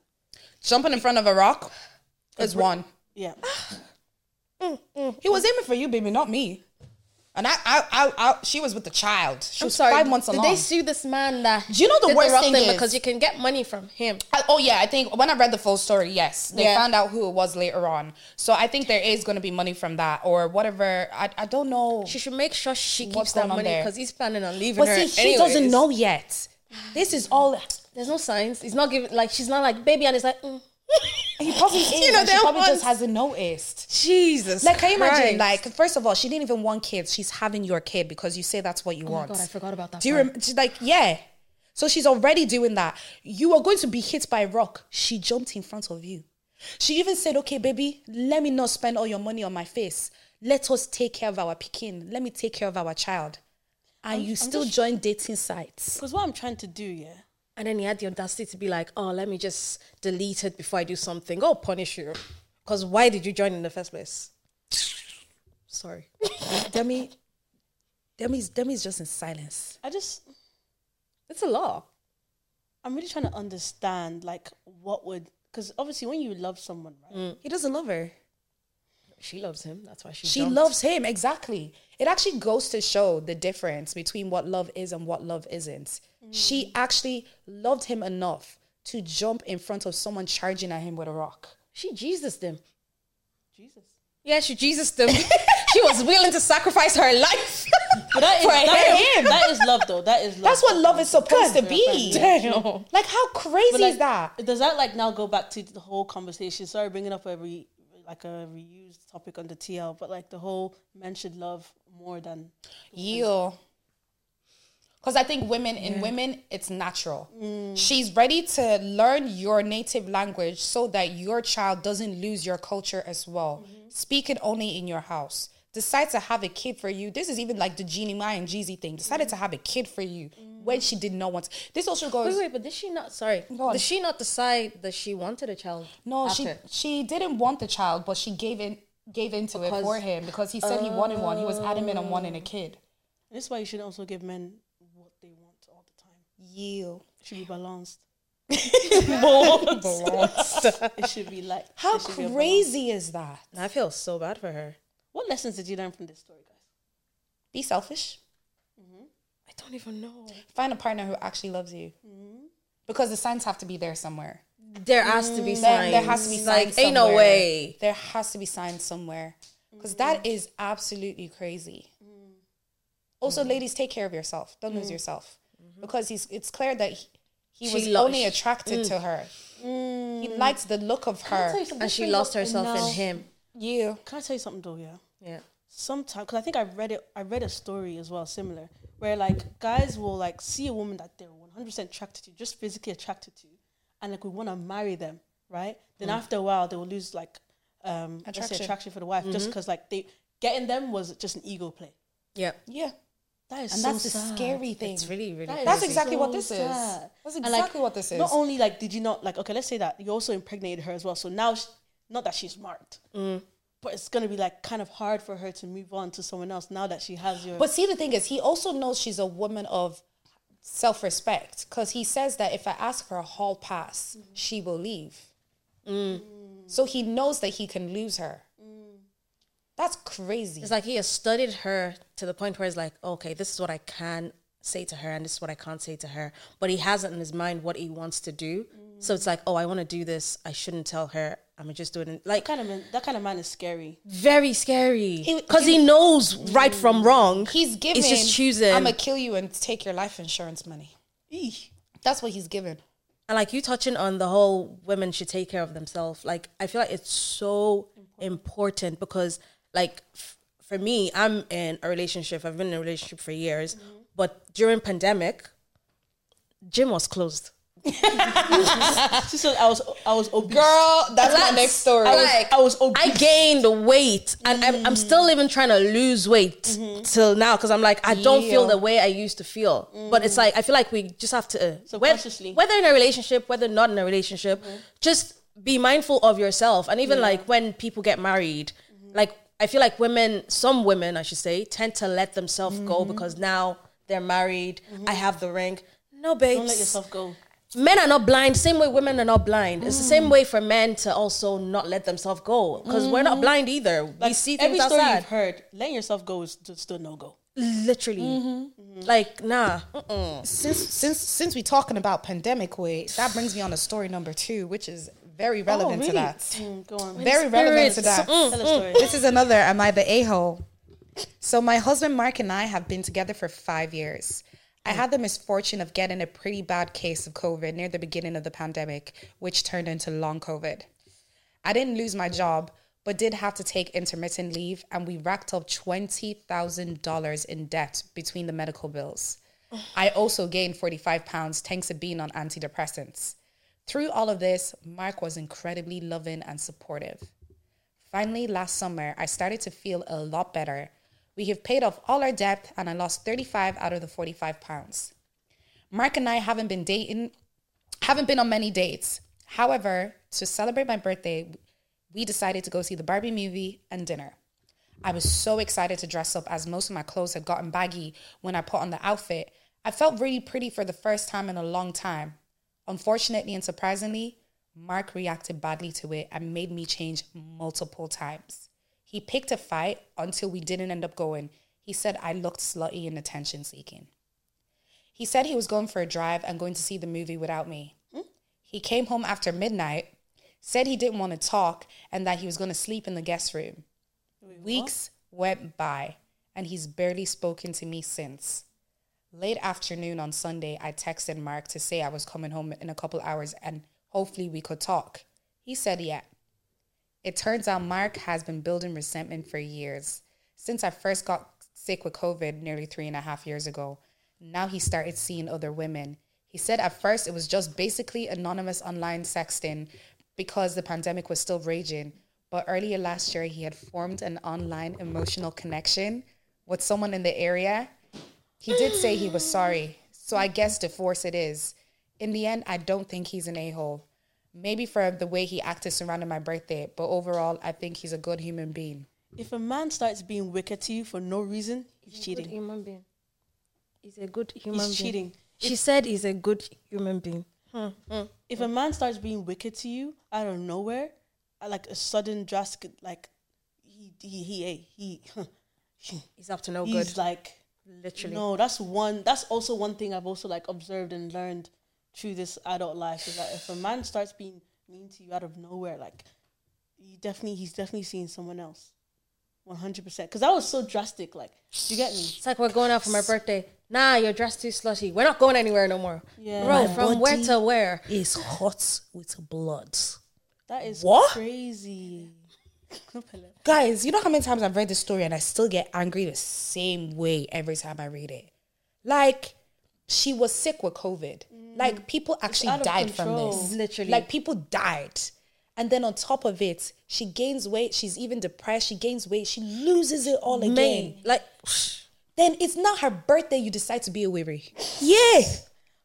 S1: Jumping in front of a rock is one.
S3: Yeah.
S2: Ah,
S1: He was aiming for you, baby, not me. And I, I, I, I she was with the child. She
S2: I'm
S1: was
S2: sorry.
S1: five months
S2: did
S1: along.
S2: they sue this man that?
S1: Do you know the
S2: did
S1: worst
S2: wrong
S1: thing is-
S2: because you can get money from him.
S1: I- oh yeah, I think when I read the full story, yes, they
S2: Yeah.
S1: found out who it was later on. So I think there is going to be money from that or whatever. I, I don't know.
S2: She should make sure she keeps
S1: What's
S2: that
S1: going on
S2: money
S1: there?
S2: because he's planning on leaving
S1: but
S2: her.
S1: see, she
S2: anyways.
S1: doesn't know yet. This is all.
S2: There's no signs. He's not giving like she's not like baby, and it's like mm.
S1: He probably is.
S2: know,
S1: and she
S2: there
S1: probably
S2: was-
S1: just hasn't noticed.
S2: Jesus.
S1: Like, can you imagine? Like, first of all, she didn't even want kids. She's having your kid because you say that's what you want.
S2: Oh God, I forgot about that
S1: Do you
S2: part.
S1: rem- she's like, yeah. So she's already doing that. You are going to be hit by a rock. She jumped in front of you. She even said, okay, baby, let me not spend all your money on my face. Let us take care of our pekin. Let me take care of our child. And you still join dating sites.
S3: Because what I'm trying to do, yeah.
S2: and then he had the audacity to be like, oh, let me just delete it before I do something. Oh, punish you, because why did you join in the first place? Sorry.
S1: Demi, Demi's, Demi's just in silence.
S3: I just,
S2: It's a law.
S3: I'm really trying to understand, like, what would, because obviously when you love someone, right?
S1: He doesn't love her.
S2: She loves him. That's why she.
S1: She
S2: jumped.
S1: loves him, exactly. It actually goes to show the difference between what love is and what love isn't.
S3: Mm.
S1: She actually loved him enough to jump in front of someone charging at him with a rock.
S2: She Jesus them.
S3: Jesus.
S2: Yeah, she Jesus them. she was willing to sacrifice her life.
S3: But that is,
S2: For
S3: that,
S2: him.
S3: is, that is love, though. That is love.
S1: That's what love is supposed to
S3: Yeah,
S1: be.
S3: yeah.
S1: Like, how crazy
S3: But, like,
S1: is that?
S3: Does that like now go back to the whole conversation? Sorry, bringing up every like a reused topic on the TL, but like the whole men should love more than
S1: Yeah. Because I think women, in women, it's natural.
S2: Mm.
S1: She's ready to learn your native language so that your child doesn't lose your culture as well.
S2: Mm-hmm.
S1: Speak it only in your house. Decide to have a kid for you. This is even like the Jeannie Mai and Jeezy thing.
S2: Mm.
S1: Decided to have a kid for you when she did not want. This also goes.
S2: Wait, wait, but did she not? Sorry,
S1: Go on.
S2: did she not decide that she wanted a child?
S1: No,
S2: after?
S1: she she didn't want the child, but she gave in gave into it for him because he said he wanted one. He was adamant on wanting a
S2: Oh.
S1: kid.
S3: And this is why you should also give men what they want all the time.
S1: You.
S3: It should be balanced. balanced. it should be like
S1: How
S3: it should be a balance.
S1: crazy is that?
S2: I feel so bad for her.
S3: What lessons did you learn from this story, guys?
S1: Be selfish.
S2: I don't even know.
S1: Find a partner who actually loves you. Because the signs have to be there somewhere.
S2: Mm, There has to be
S1: There,
S2: signs.
S1: there has to be
S2: like,
S1: signs.
S2: ain't no
S1: somewhere.
S2: way.
S1: There has to be signs somewhere. Because that is absolutely crazy. Also, ladies, take care of yourself. Don't lose yourself. Because he's it's clear that he, he
S2: She
S1: was
S2: lo-
S1: only attracted to her. He liked the look of her.
S2: Mm, And she lost herself in him.
S1: You.
S3: Can I tell you something though? Yeah.
S2: Yeah.
S3: sometimes because I think I read it. I read a story as well, similar, where like guys will like see a woman that they're one hundred percent attracted to, just physically attracted to, and like we want to marry them, right? Then
S2: Mm.
S3: after a while, they will lose like um let's say
S1: Attraction.
S3: attraction for the wife,
S2: Mm-hmm.
S3: just because like they getting them was just an ego play.
S2: Yeah.
S1: Yeah.
S3: That is
S1: And
S3: so
S1: that's the
S3: sad.
S1: scary thing.
S2: It's really, really.
S3: That is
S1: That's exactly
S3: so
S1: what this is.
S3: sad.
S1: That's
S3: And, like,
S1: exactly what this
S3: Not
S1: is.
S3: only like did you not like okay, let's say that you also impregnated her as well. So now, she, not that she's marked,
S1: Mm.
S3: but it's gonna be like kind of hard for her to move on to someone else now that she has your.
S1: But see, the thing is, he also knows she's a woman of self respect because he says that if I ask for a hall pass, she will leave.
S2: Mm.
S1: So he knows that he can lose her. That's crazy.
S2: It's like he has studied her to the point where he's like, okay, this is what I can say to her and this is what I can't say to her. But he hasn't in his mind what he wants to do. So it's like, oh, I want to do this. I shouldn't tell her. I'm just doing it. Like,
S3: Kind of man, that kind of man is scary.
S2: very scary. Because he knows right from wrong.
S1: He's giving.
S2: He's just choosing.
S1: I'm gonna kill you and take your life insurance money. That's what he's given.
S2: and like you touching on the whole women should take care of themselves like i feel like it's so important, because like f- for me i'm in a relationship i've been in a relationship for years but during pandemic gym was closed
S3: She said I was I was obese.
S1: Girl, that's
S2: Relax.
S1: my next story. Mm.
S2: I
S3: I was,
S2: like-
S3: I was obese.
S2: i gained weight and I'm, I'm still even trying to lose weight
S1: Mm-hmm.
S2: till now because i'm like i don't feel the way i used to feel but
S1: Mm.
S2: it's like i feel like we just have to whether,
S3: Subconsciously.
S2: whether in a relationship whether not in a relationship
S1: Mm-hmm.
S2: just be mindful of yourself and even like when people get married
S1: Mm-hmm.
S2: like i feel like women some women i should say tend to let themselves go
S1: Mm-hmm.
S2: because now they're married i have the ring no babes
S3: Don't let yourself go.
S2: men are not blind same way women are not blind it's the same
S3: Mm.
S2: way for men to also not let themselves go because we're not blind either we
S3: Mm-hmm. Like,
S2: see
S3: every
S2: things
S3: story
S2: outside
S3: you've heard, letting yourself go is just a no go.
S2: literally
S3: Mm-hmm.
S2: like nah
S1: since since since we're talking about pandemic weight, that brings me on to story number two, which is very relevant to that.
S3: go on.
S1: Very relevant to
S2: Oh, Spirits. Mm.
S1: that.
S3: Tell a story.
S1: This is another. Am I the a hole? So my husband Mark and I have been together for five years. I had the misfortune of getting a pretty bad case of COVID near the beginning of the pandemic, which turned into long COVID. I didn't lose my job, but did have to take intermittent leave, and we racked up $20,000 in debt between the medical bills. I also gained 45 pounds thanks to being on antidepressants. Through all of this, Mark was incredibly loving and supportive. Finally, last summer, I started to feel a lot better. We have paid off all our debt, and I lost 35 out of the 45 pounds. Mark and I haven't been dating, haven't been on many dates. However, to celebrate my birthday, we decided to go see the Barbie movie and dinner. I was so excited to dress up as most of my clothes had gotten baggy when I put on the outfit. I felt really pretty for the first time in a long time. Unfortunately and surprisingly, Mark reacted badly to it and made me change multiple times. He picked a fight until we didn't end up going. He said I looked slutty and attention seeking. He said he was going for a drive and going to see the movie without me. He came home after midnight, said he didn't want to talk, and that he was going to sleep in the guest room. Weeks went by, and he's barely spoken to me since. Late afternoon on Sunday, I texted Mark to say I was coming home in a couple hours and hopefully we could talk. He said, yeah. It turns out Mark has been building resentment for years. Since I first got sick with COVID nearly three and a half years ago, now he started seeing other women. He said at first it was just basically anonymous online sexting because the pandemic was still raging. But earlier last year, he had formed an online emotional connection with someone in the area. He did say he was sorry. So I guess divorce it is. In the end, I don't think he's an a hole maybe for the way he acted surrounding my birthday, but overall, I think he's a good human being.
S3: If a man starts being wicked to you for no reason, he's cheating.
S8: human being. He's a good human
S3: He's cheating.
S8: She said he's a good human being.
S3: If a man starts being wicked to you out of nowhere, uh, like a sudden drastic, like he he he he, he
S2: he's up to no
S3: he's
S2: good
S3: like
S2: literally
S3: no. That's one. That's also one thing I've also like observed and learned through this adult life is that if a man starts being mean to you out of nowhere, like you definitely he's definitely seeing someone else, one hundred percent. Because that was so drastic. Like you get me.
S2: it's like we're going out for my birthday nah you're dressed too slutty we're not going anywhere no more
S3: Yeah.
S2: bro
S3: My
S2: from where
S8: body-
S2: to where
S8: He's hot with blood.
S3: That is
S8: What?
S3: crazy.
S1: Guys, you know how many times I've read this story and I still get angry the same way every time I read it? Like, she was sick with COVID. Like, people actually
S3: Mm. out of
S1: died from
S3: control.
S1: this.
S2: Literally.
S1: Like, people died. And then on top of it, she gains weight. She's even depressed. She gains weight. She loses it all again.
S2: Man, like
S1: Then it's not her birthday. You decide to be a weary.
S8: Yeah.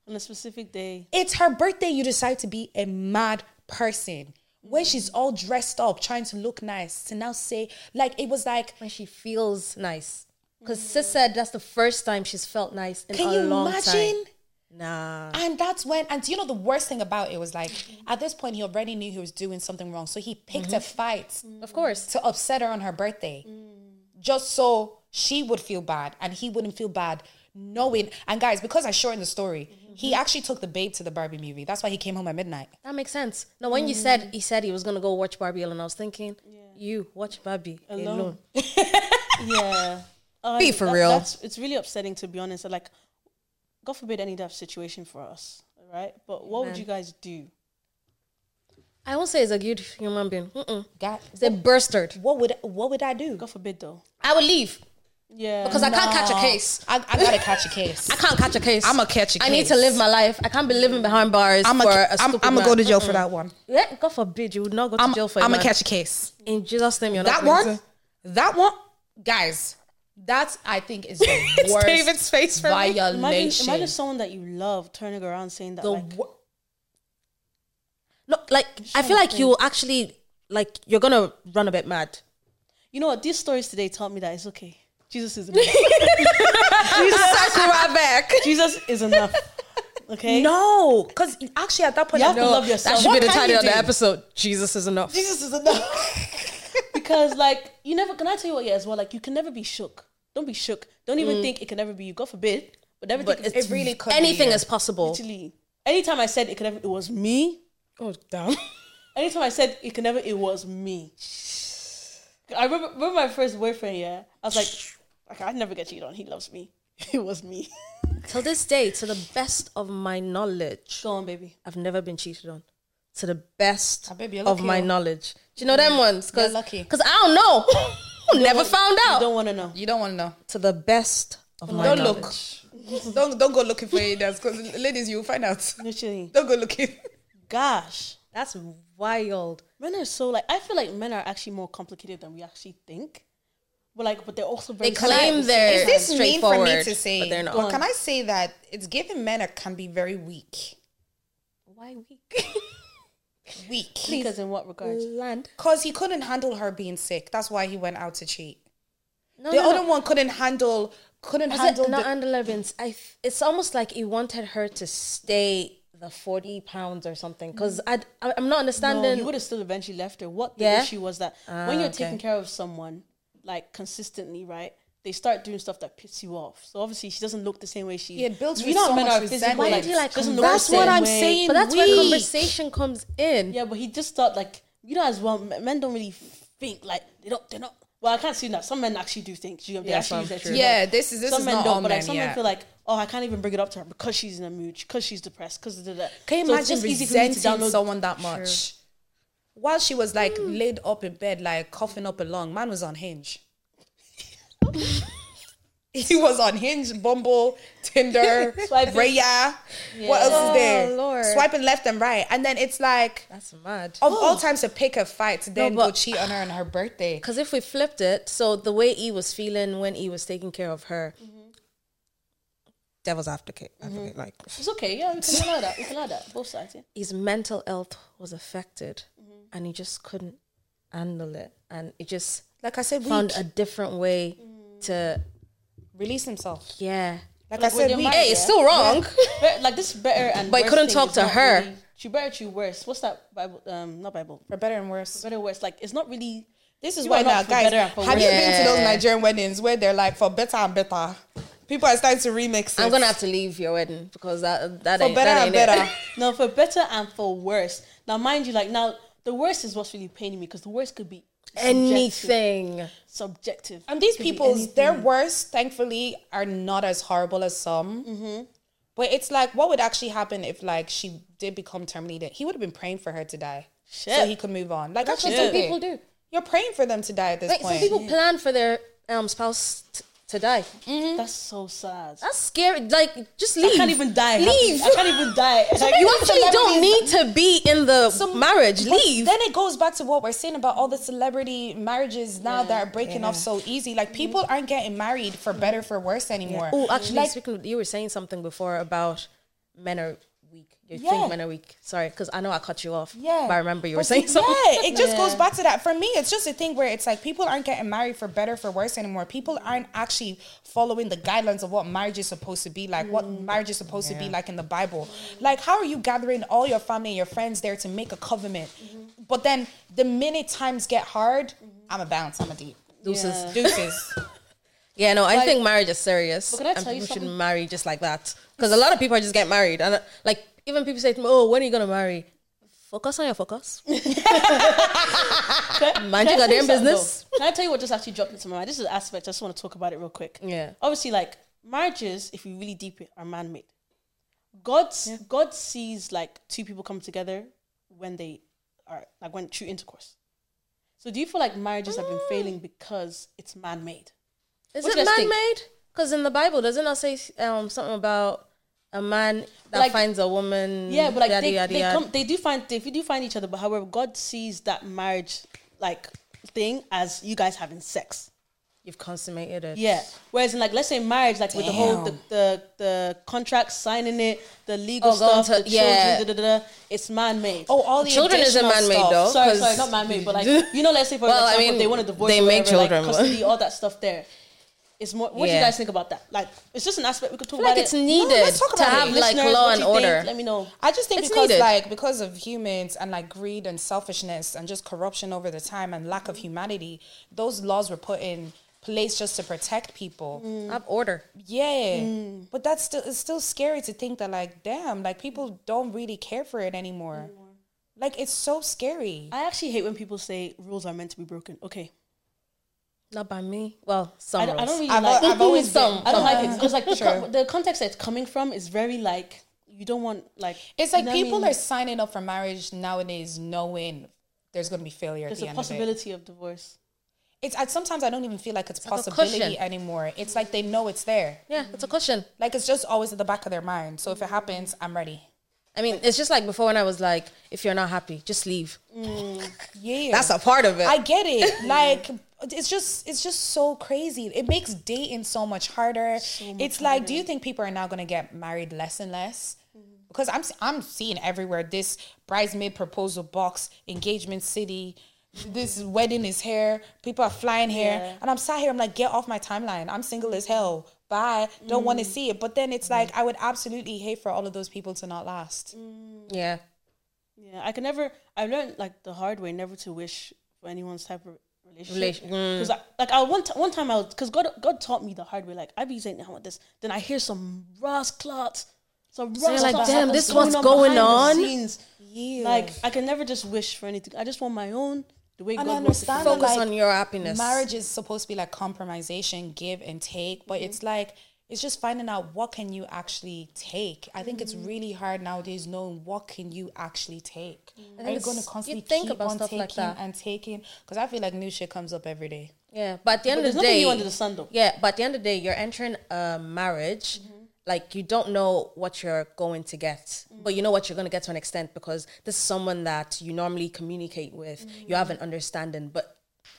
S3: On a specific day.
S1: It's her birthday. You decide to be a mad person. When
S3: Mm.
S1: she's all dressed up, trying to look nice, to now say, like, it was like,
S2: when she feels nice because sis said that's the first time she's felt nice in
S1: can
S2: a
S1: you
S2: long time
S1: imagine?
S2: Nah.
S1: And that's when, and do you know the worst thing about it was like, at this point, he already knew he was doing something wrong. So he picked a fight
S2: Of course.
S1: to upset her on her birthday just so she would feel bad and he wouldn't feel bad knowing. And guys, because I shortened the story, he actually took the babe to the Barbie movie. That's why he came home at midnight.
S2: That makes sense. No, when you
S1: Mm.
S2: said he said he was gonna go watch Barbie alone, I was thinking, you watch Barbie alone.
S3: yeah. Uh,
S2: Be for real.
S3: That's, it's really upsetting to be honest. Like, God forbid any type of situation for us, right? But what would you guys do?
S2: I won't say he's a good human being. Mm-mm.
S1: God,
S2: He's a bastard.
S1: what would what would I do?
S3: God forbid, though.
S2: I would leave
S3: Yeah.
S2: because I can't catch a case.
S1: I, I gotta catch a case.
S2: I can't catch a case.
S1: I'ma catch a
S2: I need to
S1: case.
S2: live my life. I can't be living behind bars
S1: I'm
S2: for
S1: gonna
S2: a
S1: I'm,
S2: stupid
S1: I'm
S2: man.
S1: go to jail for that one.
S2: Yeah, God forbid you would not go to
S1: I'm,
S2: jail for
S1: I'm
S2: a
S1: gonna
S2: man.
S1: catch a case.
S2: In Jesus' name, you're
S1: That
S2: not.
S1: one, that one, guys. That's I think is the worst
S2: David's face for me.
S1: violation.
S3: imagine, imagine someone that you love turning around saying that.
S1: The
S3: like,
S1: wo-
S2: No, like I feel like you actually like you're gonna run a bit mad.
S3: you know what? These stories today taught me that it's okay. Jesus is enough.
S2: Sakura back.
S3: Jesus is enough. Okay.
S1: no, because actually at that point,
S3: You have
S1: no,
S3: to love yourself.
S2: That should
S3: What
S2: be the
S3: can
S2: title
S3: you
S2: of the
S3: do?
S2: episode. Jesus is enough.
S3: Jesus is enough. because like you never can I tell you what yeah as well, like you can never be shook. Don't be shook. Don't
S2: Mm.
S3: even think it can ever be you. God forbid. But never think it's
S1: it really could
S2: Anything
S1: be.
S2: is possible.
S3: literally anytime I said it could ever it was me.
S2: Oh damn.
S3: Anytime I said it could never it was me. I remember, remember my first boyfriend, yeah. I was like, okay, I'd never get cheated on. He loves me. It was me.
S2: Till this day, to the best of my knowledge,
S3: Go on, baby.
S2: I've never been cheated on. To the best
S1: Ah, babe, you're
S2: of
S1: lucky,
S2: my
S1: oh.
S2: knowledge. Do you know them ones? Because
S1: You're lucky.
S2: Because I don't know. never found
S3: You
S2: out.
S3: don't want to know.
S1: you don't want to know.
S2: To the best of my
S1: Don't
S2: knowledge.
S1: look. Don't don't go looking for haters because ladies, you'll find out.
S3: Literally.
S1: Don't go looking.
S3: Gosh.
S2: That's wild.
S3: Men are so like I feel like men are actually more complicated than we actually think. But like but they're also very
S2: They claim they're
S3: Is
S2: this
S1: mean for
S2: straightforward,
S1: me to say?
S2: but they're not.
S1: Or can I say that it's given men are, can be very weak,
S2: Why weak?
S1: weak.
S3: because in what regard?
S2: Land.
S1: Because he couldn't handle her being sick. That's why he went out to cheat.
S2: No,
S1: the
S2: no,
S1: other
S2: no.
S1: one couldn't handle couldn't
S2: Is
S1: handle
S2: it not
S1: the,
S2: under Levins? I. f- It's almost like he wanted her to stay the forty pounds or something. Because I, I'm not
S3: No,
S2: understanding.
S3: you would have still eventually left her. What the
S2: Yeah?
S3: issue was that when
S1: Ah,
S3: you're taking care of someone like consistently, right? They start doing stuff that pisses you off. So obviously she doesn't look the same way she.
S1: Yeah, it builds
S3: You
S1: with
S3: know
S1: so
S3: how men
S1: much
S3: are physical,
S1: resentment. Why
S2: do you, like,
S3: doesn't look
S2: That's
S3: the same
S2: what I'm
S3: way.
S2: but that's where
S1: weak.
S2: conversation comes in.
S3: Yeah, but he just thought like you know as well. m- Men don't really think like they don't. They're not. Well, I can't see that. Some men actually do think. do You know, they
S2: Yeah,
S3: actually
S2: some
S3: use their
S2: true.
S3: feelings.
S1: Yeah, this is this
S3: some
S1: is
S3: men
S1: not
S3: don't,
S1: all
S3: but
S1: men.
S3: like some
S1: yeah.
S3: men feel like, oh, I can't even bring it up to her because she's in a mood, because she's depressed, because can
S1: Can you
S3: it's
S1: imagine
S3: just easy for me to
S1: resenting
S3: download.
S1: someone that much? While she was like laid up in bed, like coughing up a lung, man was on hinge. he was on hinge, Bumble, Tinder,
S3: Swiping.
S1: Raya. What else is there?
S2: Lord.
S1: Swiping left and right, and then it's like
S2: That's mad. Oh,
S1: of all times to pick a fight, to then go
S2: but-
S1: cheat on her on her birthday.
S2: Because if we flipped it, so the way he was feeling when he was taking care of her, devil's advocate, advocate like
S3: It's okay, yeah, we can allow that. We can allow that. Both sides, yeah.
S2: his mental health was affected, and he just couldn't handle it, and he just
S1: Like I said, we
S2: found a Mm. different way to
S1: release himself.
S2: yeah.
S1: Like, I
S3: Like, when
S1: said,
S3: you're
S1: we
S3: married,
S2: Hey,
S3: yeah.
S2: it's still wrong.
S3: But, like this better and
S2: But he
S3: worse
S2: couldn't
S3: thing
S2: talk
S3: is
S2: to
S3: not
S2: her.
S3: Really, she better, she worse. What's that Bible? Um, not Bible.
S1: for better and worse.
S3: Better worse. Like it's not really.
S1: This is
S3: You
S1: why
S3: are not
S1: now,
S3: for
S1: guys.
S3: better and
S1: Have
S3: for
S1: you
S2: worse.
S1: been to those
S2: Yeah.
S1: Nigerian weddings where they're like for better and better? People are starting to remix it.
S2: I'm gonna have to leave your wedding because that that
S1: for
S2: ain't,
S1: better
S2: that
S1: and
S2: ain't it.
S1: better.
S3: No, for better and for worse. Now, mind you, like now the worst is what's really paining me because the worst could be subjective-
S2: Anything.
S3: subjective.
S1: And these
S3: Could be
S1: people's
S3: anything.
S1: their worst, thankfully, are not as horrible as some. But it's like, what would actually happen if like she did become terminated? He would have been praying for her to die, so
S3: Shit.
S1: he could move on. Like
S2: That's
S1: actually,
S2: what some people do.
S1: You're praying for them to die at this
S2: Like some
S1: point.
S2: people plan for their um spouse t- to die.
S1: mm-hmm.
S3: That's so sad.
S2: That's scary. Like just leave.
S3: I can't even die. happy.
S2: Leave.
S3: I can't even die. Like,
S2: you actually don't need to be in the marriage.
S1: But
S2: Leave.
S1: Then it goes back to what we're saying about all the celebrity marriages now that are breaking off so easy. Like people
S2: Mm-hmm.
S1: aren't getting married for better for worse anymore.
S2: Oh, actually,
S1: Like,
S2: speaking, of- you were saying something before about men are weak. your
S9: Yeah.
S2: treatment a week. Sorry, because I know I cut you off.
S9: Yeah.
S2: But I remember you were
S9: But
S2: saying
S9: see,
S2: something.
S1: Yeah, it just goes back to that. For me, it's just a thing where it's like people aren't getting married for better for worse anymore. People aren't actually following the guidelines of what marriage is supposed to be like, what
S2: Mm.
S1: marriage is supposed to be like in the Bible. Like, how are you gathering all your family and your friends there to make a covenant?
S2: Mm-hmm.
S1: But then the minute times get hard, I'm a bounce, I'm a deep.
S2: Deuces. Mm-hmm. Yeah.
S1: Deuces.
S2: no, I think marriage is serious.
S3: can I
S2: and
S3: tell you
S2: people shouldn't
S3: something?
S2: marry just like that. Because a lot of people just get married. And uh, like, even people say to me, oh, when are you going to marry? Focus on your focus. Mind your
S3: Can I tell
S2: goddamn
S3: you something,
S2: business.
S3: though? Can I tell you what just actually dropped into my mind? This is an aspect. I just want to talk about it real quick.
S2: Yeah.
S3: Obviously, like marriages, if you really deep it, are man made. God's God sees like two people come together when they are like when true intercourse. So do you feel like marriages have been failing because it's man made?
S2: Is
S3: What
S2: it
S3: you guys
S2: man
S3: think?
S2: made? Because in the Bible, doesn't it say um, something about a man that
S3: Like-
S2: finds a woman?
S3: Yeah, but like
S2: yada,
S3: they,
S2: yada,
S3: they
S2: yada.
S3: come they do find they do find each other, but however, God sees that marriage like thing as you guys having sex.
S2: You've consummated it.
S3: Yeah. Whereas in like let's say marriage, like with the whole the, the the contract signing it, the legal
S2: Oh, going
S3: stuff,
S2: to-
S3: the
S2: yeah.
S3: children, da, da, da, it's man made.
S1: Oh, all the
S2: Children isn't
S1: additional
S2: man-made,
S1: stuff.
S2: though.
S3: sorry,
S2: 'cause-
S3: sorry, not man made, but like you know, let's say for
S2: Well, I
S3: example,
S2: mean,
S3: they want a divorce,
S2: they
S3: or
S2: make
S3: whatever,
S2: children,
S3: like,
S2: but-
S3: custody, all that stuff. There, it's more. What do
S2: Yeah.
S3: you guys think about that? Like, it's just an aspect we could talk
S2: I feel like
S3: about.
S2: it's
S3: it.
S2: needed
S1: let's talk
S2: to
S1: about it.
S2: have like
S3: Listeners,
S2: law
S3: what
S2: and
S3: you think?
S2: order.
S3: Let me know.
S1: I just think
S2: It's
S1: because
S2: needed.
S1: like because of humans and like greed and selfishness and just corruption over the time and lack of humanity, those laws were put in place just to protect people.
S2: Have order.
S1: Yeah. But that's still it's still scary to think that like damn, like people don't really care for it anymore. Like it's so scary.
S3: I actually hate when people say rules are meant to be broken. Okay,
S2: Not by me. Well, some
S3: I don't, I
S2: rules.
S3: don't really
S1: I've al-
S3: like.
S1: I've always been-
S2: Some.
S3: I don't like it because Uh-huh. like the, co- the context that it's coming from is very like you don't want like
S1: It's like
S3: you know what I
S1: people
S3: mean?
S1: are signing up for marriage nowadays knowing there's gonna be failure
S3: there's
S1: at the
S3: a
S1: end of it.
S3: possibility of divorce.
S1: It's I, sometimes I don't even feel like it's,
S2: like a
S1: possibility
S2: cushion.
S1: anymore. It's like they know it's there.
S2: Yeah, it's a question.
S1: Like it's just always at the back of their mind. So if it happens, I'm ready.
S2: I mean, it's just like before when I was like, if you're not happy, just leave.
S1: Yeah.
S2: That's a part of it.
S1: I get it. Like it's just it's just so crazy. It makes dating so much harder. it's like, do you think people are now gonna get married less and less? Because I'm I'm seeing everywhere this bridesmaid proposal box, engagement city, this wedding is here, people are flying here. And I'm sat here, I'm like, get off my timeline. I'm single as hell. Bye. Don't want to see it. But then it's like I would absolutely hate for all of those people to not last.
S2: yeah.
S3: Yeah, I can never. I learned like the hard way never to wish for anyone's type of relationship.
S2: Relation-
S3: Because like I one t- one time I was because God God taught me the hard way. Like I be saying I want this, then I hear some ras clots. Some so
S2: you're like, "Damn, this what's going on?"
S3: Yeah. Like I can never just wish for anything. I just want my own. The way
S1: And I
S3: God wants it for
S1: understand
S3: me.
S1: that,
S2: Focus
S1: like,
S2: on your happiness.
S1: marriage is supposed to be like compromisation give and take but it's
S2: Mm-hmm.
S1: like it's just finding out what can you actually take i think it's
S2: Mm-hmm.
S1: really hard nowadays knowing what can you actually take are you
S2: Mm. it's-
S1: going to
S2: you
S1: constantly
S2: think
S1: keep
S2: about
S1: on
S2: stuff
S1: taking
S2: like that.
S1: and taking because i feel like new shit comes up every day
S2: Yeah, but at the end
S3: But
S2: of
S3: there's
S2: the
S3: nothing
S2: day,
S3: new under the sun, though. Mm-hmm.
S2: Yeah, but at the end of the day, you're entering a marriage. Like you don't know what you're going to get,
S3: Mm-hmm.
S2: but you know what you're going to get to an extent because this is someone that you normally communicate with.
S3: Mm-hmm.
S2: You have an understanding, but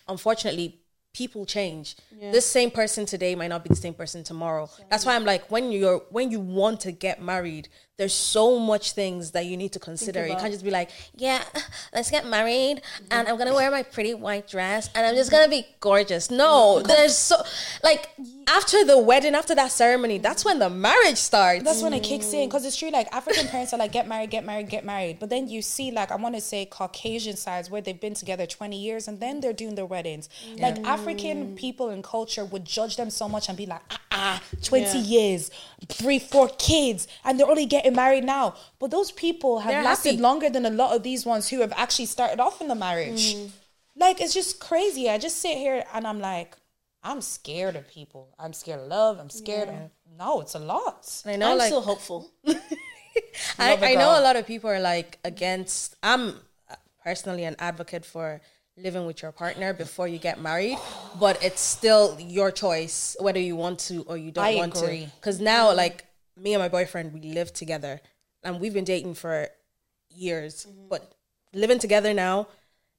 S2: unfortunately, people change. This same person today might not be the same person tomorrow. That's why I'm like, when you're when you want to get married, there's so much things that you need to consider. You can't just be like, yeah, let's get married, and I'm gonna wear my pretty white dress, and I'm just gonna be gorgeous. No, there's so like after the wedding, after that ceremony, that's when the marriage starts.
S1: That's when it kicks in because it's true. Like African parents are like, get married, get married, get married. But then you see, like, I want to say Caucasian sides where they've been together 20 years and then they're doing their weddings. Like, African people and culture would judge them so much and be like, ah, ah 20 years, three, four kids, and they're only getting married now. But those people have
S2: They're
S1: lasted
S2: happy.
S1: longer than a lot of these ones who have actually started off in the marriage.
S2: Mm-hmm.
S1: Like, it's just crazy. I just sit here and I'm like, I'm scared of people. I'm scared of love. I'm scared of. No, it's a lot.
S2: I know,
S3: I'm
S2: like
S3: still hopeful.
S2: I,
S1: Love it,
S2: I know
S1: girl.
S2: a lot of people are like against. I'm uh, personally an advocate for living with your partner before you get married, but it's still your choice whether you want to or you don't
S1: I
S2: want
S1: agree.
S2: to. Because now, like me and my boyfriend, we live together, and we've been dating
S3: Mm-hmm.
S2: for years, but living together now,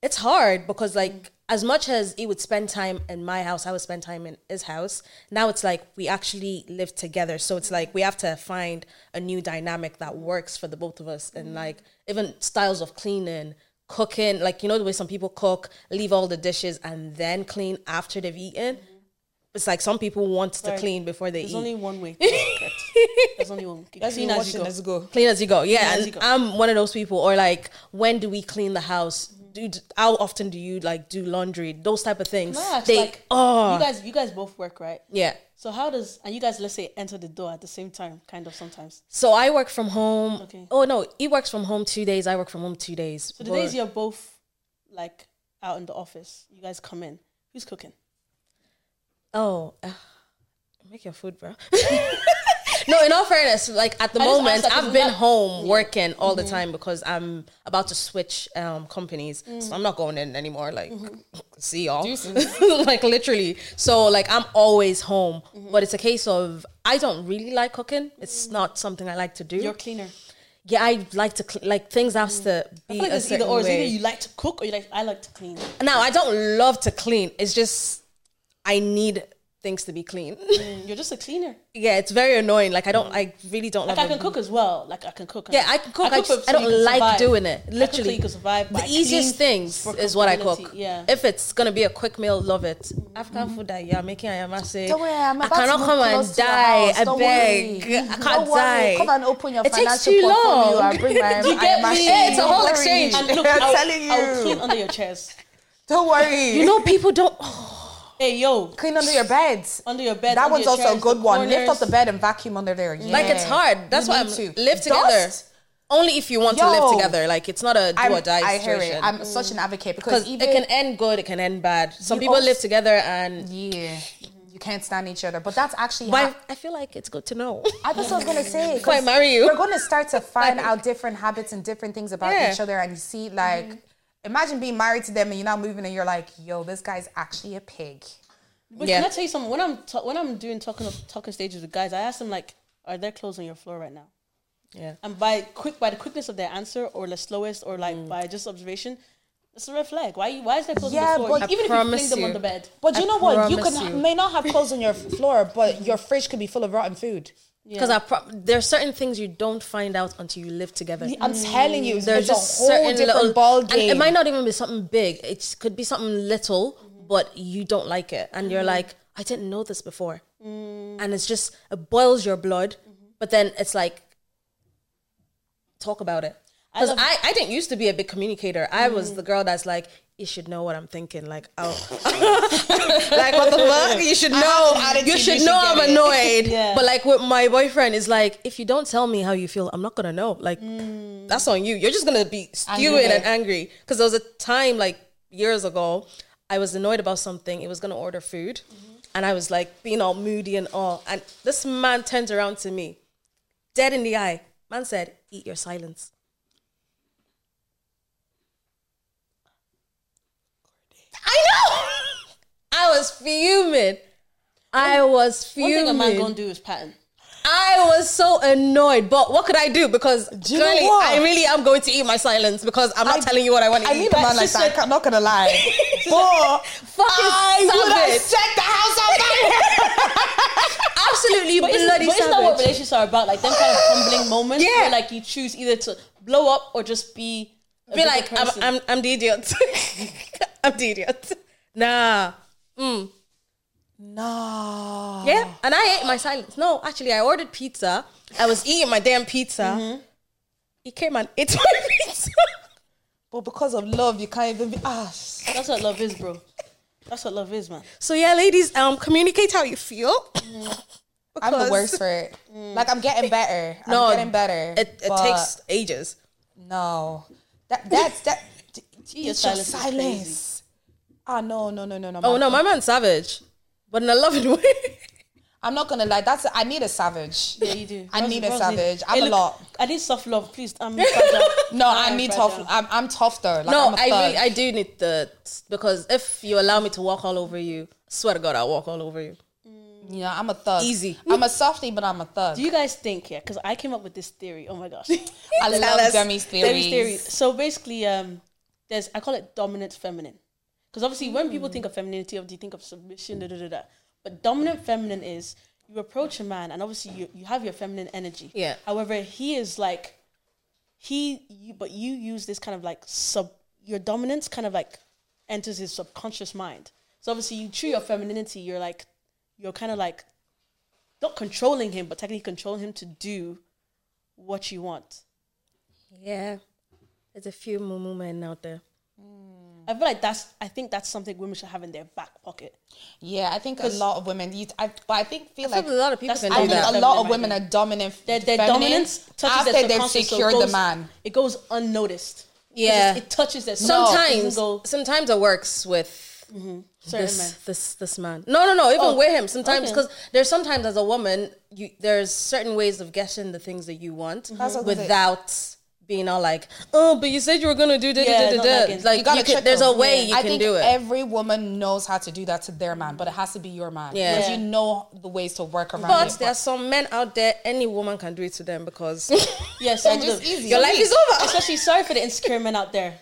S2: it's hard because like
S3: Mm-hmm.
S2: as much as he would spend time in my house, I would spend time in his house. Now it's like we actually live together. So it's like we have to find a new dynamic that works for the both of us
S3: Mm-hmm.
S2: and like even styles of cleaning, cooking, like you know the way some people cook, leave all the dishes and then clean after they've eaten. It's like some people want to
S3: Mm-hmm. Right.
S2: clean before they
S3: There's
S2: eat.
S3: only one way. to cook it. There's only one. Clean as you go.
S1: go.
S2: clean as you go. Yeah,
S3: as
S2: and
S3: you go.
S2: I'm one of those people. Or like, when do we clean the house? Do how often do you like do laundry? Those type of things.
S3: No, it's
S2: they
S3: like
S2: oh
S3: you guys. You guys both work, right?
S2: yeah.
S3: So how does and you guys let's say enter the door at the same time, kind of sometimes.
S2: So I work from home.
S3: Okay.
S2: Oh no, he works from home two days. I work from home two days.
S3: So the
S2: But
S3: days you're both like out in the office, you guys come in. Who's cooking?
S2: oh, uh, make your food, bro. no, in all fairness, like at the
S3: I just
S2: moment,
S3: asked that 'cause
S2: I've been
S3: that-
S2: home working all
S3: Mm-hmm.
S2: the time because I'm about to switch um, companies.
S3: Mm-hmm.
S2: So I'm not going in anymore. Like, see y'all. like literally. So like I'm always home,
S3: Mm-hmm.
S2: but it's a case of I don't really like cooking. It's not something I like to do.
S3: Your cleaner.
S2: yeah, I like to cl- like things have to
S3: Mm-hmm.
S2: be
S3: I feel like
S2: a
S3: it's either
S2: certain
S3: or. It's
S2: way.
S3: either you like to cook or you like I like to clean.
S2: Now I don't love to clean. It's just I need things to be clean.
S3: Mm, You're just a cleaner.
S2: yeah, it's very annoying. Like I don't. I really don't
S3: Like I
S2: love.
S3: can
S2: it.
S3: cook as well. Like I can cook.
S2: Yeah, I can cook. I,
S3: for-
S2: just-
S3: so
S2: I
S3: you
S2: don't
S3: can
S2: like
S3: survive.
S2: doing it.
S3: I cook so
S2: Literally,
S3: you can survive, but
S2: the
S3: I
S2: easiest
S3: clean
S2: things
S3: for
S2: is what I
S3: comfortability.
S2: cook.
S3: Yeah.
S2: If it's gonna be a quick meal, love it. African food that you're making, I am I say.
S6: Don't worry, I'm
S2: I
S6: about to
S2: cannot
S6: move
S2: come
S6: close
S2: and
S6: to your
S2: die.
S6: house.
S2: I
S6: Don't
S2: beg.
S6: worry.
S2: I
S6: Don't
S2: can't
S6: worry.
S2: die.
S6: Come and open your
S2: It takes
S6: financial
S2: too
S6: portfolio
S2: long.
S6: and bring my
S2: Do you get me?
S6: IMAX.
S2: It's a whole
S6: Don't
S2: exchange.
S6: worry.
S3: And look,
S1: I'm
S3: I'll,
S1: telling you.
S3: I'll clean under your chairs.
S1: Don't worry.
S2: You know, people don't. oh,
S3: Hey yo,
S1: clean under your beds.
S3: under your bed.
S1: That
S3: under
S1: one's
S3: your
S1: also a
S3: chairs,
S1: good
S3: the
S1: one. Lift up
S3: corners.
S1: the bed and vacuum under there. Yeah.
S2: Like it's hard. That's
S1: You
S2: why I'm
S1: need to.
S2: live together.
S1: Dust?
S2: Only if you want to live
S1: Yo.
S2: together. Like it's not a do
S1: I'm,
S2: or die
S1: I hear
S2: situation.
S1: it. I'm such an advocate because
S2: because
S1: even
S2: it can end good, it can end bad. Some
S1: You
S2: people
S1: also-
S2: live together, and
S1: yeah, you can't stand each other. But that's actually.
S2: but
S1: how-
S2: I feel like it's good to know.
S1: I, that's what I was gonna say.
S2: Before I
S1: 'cause
S2: marry you.
S1: we're gonna start to find out different habits and different things about
S2: Yeah.
S1: each other, and you see like. Imagine being married to them and you're not moving and you're like, yo, this guy's actually a pig.
S3: But
S2: Yeah.
S3: can I tell you something? When I'm ta- when I'm doing talking of talking stages with guys, I ask them like, "Are there clothes on your floor right now?"
S2: Yeah.
S3: And by quick by the quickness of their answer, or the slowest, or like
S2: Mm.
S3: by just observation, it's a red flag. Why you- why is there clothes
S1: Yeah,
S3: on the floor?
S1: but- I
S3: Even if you
S2: promise
S3: fling them
S2: you.
S3: on the bed.
S6: But you
S2: I
S6: know what? You
S2: promise
S6: can
S2: you.
S6: may not have clothes on your floor, but your fridge could be full of rotten food.
S2: Because I pro- there are certain things you don't find out until you live together.
S6: I'm telling you,
S2: There's
S6: there's
S2: just
S6: a whole
S2: certain
S6: different
S2: little
S6: ball
S2: and
S6: game.
S2: it might not even be something big. It could be something little, but you don't like it, and you're like, I didn't know this before, and it's just it boils your blood. But then it's like, talk about it. Because I,
S3: love-
S2: I, didn't used to be a big communicator. I was the girl that's like, you should know what I'm thinking. Like, oh, like what the fuck? You should know. You should know I'm annoyed.
S3: Yeah.
S2: But like with my boyfriend, is like, if you don't tell me how you feel, I'm not gonna know. Like, that's on you. You're just gonna be stewing and angry. Because there was a time like years ago, I was annoyed about something. It was gonna order food,
S3: Mm-hmm.
S2: and I was like being all moody and all. And this man turns around to me, dead in the eye. Man said, "Eat your silence." I know. I was fuming. I was
S3: One thing a man gonna
S2: fuming.
S3: do is pattern.
S2: I was so annoyed, but what could I do? Because
S1: you know
S2: clearly,
S1: what?
S2: I really am going to eat my silence because I'm not telling you what I want to
S1: I
S2: eat.
S1: need a man like that. I'm not gonna lie. but
S2: Fucking savage.
S1: set the house on fire.
S2: Absolutely
S3: But,
S2: bloody
S3: isn't, but isn't that what
S2: savage.
S3: relationships are about? Like them kind of humbling moments
S2: Yeah.
S3: where like you choose either to blow up or just be a
S2: Be
S3: bigger
S2: like, I'm,
S3: person.
S2: I'm, I'm the idiot. I'm the idiot. Nah. Mm.
S1: No.
S2: Yeah, and I ate my silence. No, actually, I ordered pizza. I was eating my damn pizza.
S1: Mm-hmm.
S2: He came and ate my pizza.
S1: But because of love, you can't even be ah.
S3: That's what love is, bro. That's what love is, man.
S2: So yeah, ladies, um, communicate how you feel.
S1: I'm
S2: Because-
S1: the worst for it. Like I'm getting better. I'm
S2: No,
S1: getting better.
S2: It, it
S1: but
S2: takes ages.
S1: no. That that's that. d- It's just
S3: silence is
S1: silence. Ah no no no no no.
S2: Oh
S1: man.
S2: no, my man's savage, but in a loving way.
S1: I'm not gonna lie. That's I need a savage.
S3: Yeah, you do.
S1: I
S3: Bros-
S1: need a
S3: bros
S1: savage. I'm
S3: Hey,
S1: a
S3: look,
S1: lot.
S3: I need soft love, please. um, I'm
S1: No, I need
S3: brother.
S1: tough. I'm, I'm tough though. Like,
S2: no,
S1: I'm a
S2: I
S1: thug.
S2: really, I do need the because if you allow me to walk all over you, swear to God, I'll walk all over you.
S1: yeah, I'm a thug.
S2: Easy.
S1: I'm a softie, but I'm a thug.
S3: Do you guys think, yeah, because I came up with this theory. Oh my gosh.
S1: I love
S2: us.
S1: Demi's theories.
S3: Theory's theory. So basically, um, there's, I call it dominant feminine. Because obviously, when people think of femininity, obviously think of submission, da da da da. But dominant feminine is you approach a man, and obviously you, you have your feminine energy.
S2: Yeah.
S3: However, he is like he, you, but you use this kind of like sub your dominance kind of like enters his subconscious mind. So obviously, you through your femininity, you're like you're kind of like not controlling him, but technically controlling him to do what you want.
S2: Yeah. There's a few mumu men out there.
S3: I feel like that's. I think that's something women should have in their back pocket.
S6: Yeah, I think a lot of women. You, I, but I think feel
S2: I
S6: like
S2: think a lot of people
S3: that's-
S2: can
S3: I
S6: I
S2: do
S6: think
S2: that.
S6: a
S3: that.
S6: lot of
S3: Feminine
S6: women are dominant.
S3: Their, their
S6: feminine
S3: dominance touches
S6: after
S3: their
S6: they've
S3: subconscious, so it
S6: secured the
S3: goes-
S6: man.
S3: It goes unnoticed.
S2: Yeah.
S3: it, just- it touches their subconscious. It
S2: sometimes,
S3: doesn't go,
S2: sometimes it works with
S6: Mm-hmm.
S3: certain men.
S2: this, this this man. No, no, no. Even
S3: Oh,
S2: with him, sometimes
S3: okay.
S2: because there's sometimes as a woman, you there's certain ways of getting the things that you want
S6: Mm-hmm. what I was gonna say.
S2: without being all like, oh, but you said you were gonna do da da
S3: Yeah,
S2: da
S3: not
S2: da.
S3: like in-
S2: Like
S6: You gotta
S2: you can-
S6: check
S2: there's
S6: them.
S2: a way you
S6: I
S2: can
S6: think
S2: do it.
S6: every woman knows how to do that to their man, but it has to be your man.
S2: Yeah.
S6: Yeah, you know the ways to work around
S2: but
S6: it.
S2: there are some men out there. Any woman can do it to them because
S3: Yeah, some of
S6: just
S3: them.
S6: easy.
S2: your life is over.
S3: Especially sorry for the insecure men out there.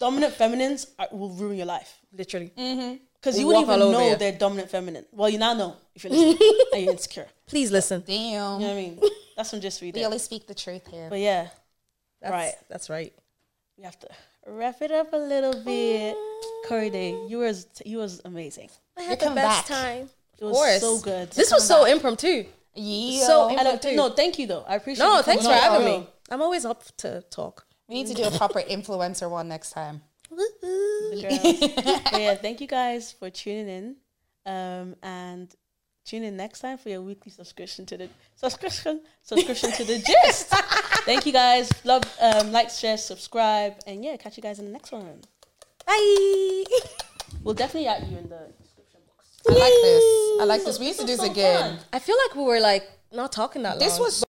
S3: Dominant feminines are, will ruin your life
S2: Literally,
S6: Mm.
S3: because
S2: They
S3: you wouldn't
S2: walk all
S3: even
S2: over
S3: know
S2: you.
S3: they're dominant feminine. Well, you now know if you're listening and you're insecure.
S2: please listen.
S6: damn,
S3: You know what I mean? That's from just reading.
S6: we only speak the truth here.
S3: But yeah,
S2: That's,
S3: Right.
S2: that's right.
S3: we have to wrap it up a little bit. Corey Day, you was you was amazing.
S2: I
S6: You're
S2: had the
S6: coming
S2: best
S6: back.
S2: time.
S3: It
S2: Of
S3: was
S2: course,
S3: so good.
S2: This was so impromptu.
S6: Yeah,
S2: So-
S3: And I- no, thank you though. I appreciate.
S2: No,
S3: you
S2: thanks for
S3: coming on. Oh,
S2: having
S3: No.
S2: me. I'm always up to talk.
S6: we need to do a proper influencer one next time.
S3: but yeah, thank you guys for tuning in. Um, and tune in next time for your weekly subscription to the subscription subscription to the gist. thank you guys. Love, um, like, share, subscribe, and yeah, catch you guys in the next one.
S2: Bye.
S3: We'll definitely at you in the description box.
S6: I like this. I like this. We need to do
S3: was
S6: this
S3: so
S6: again.
S3: fun.
S2: I feel like we were like not talking that long.
S6: This was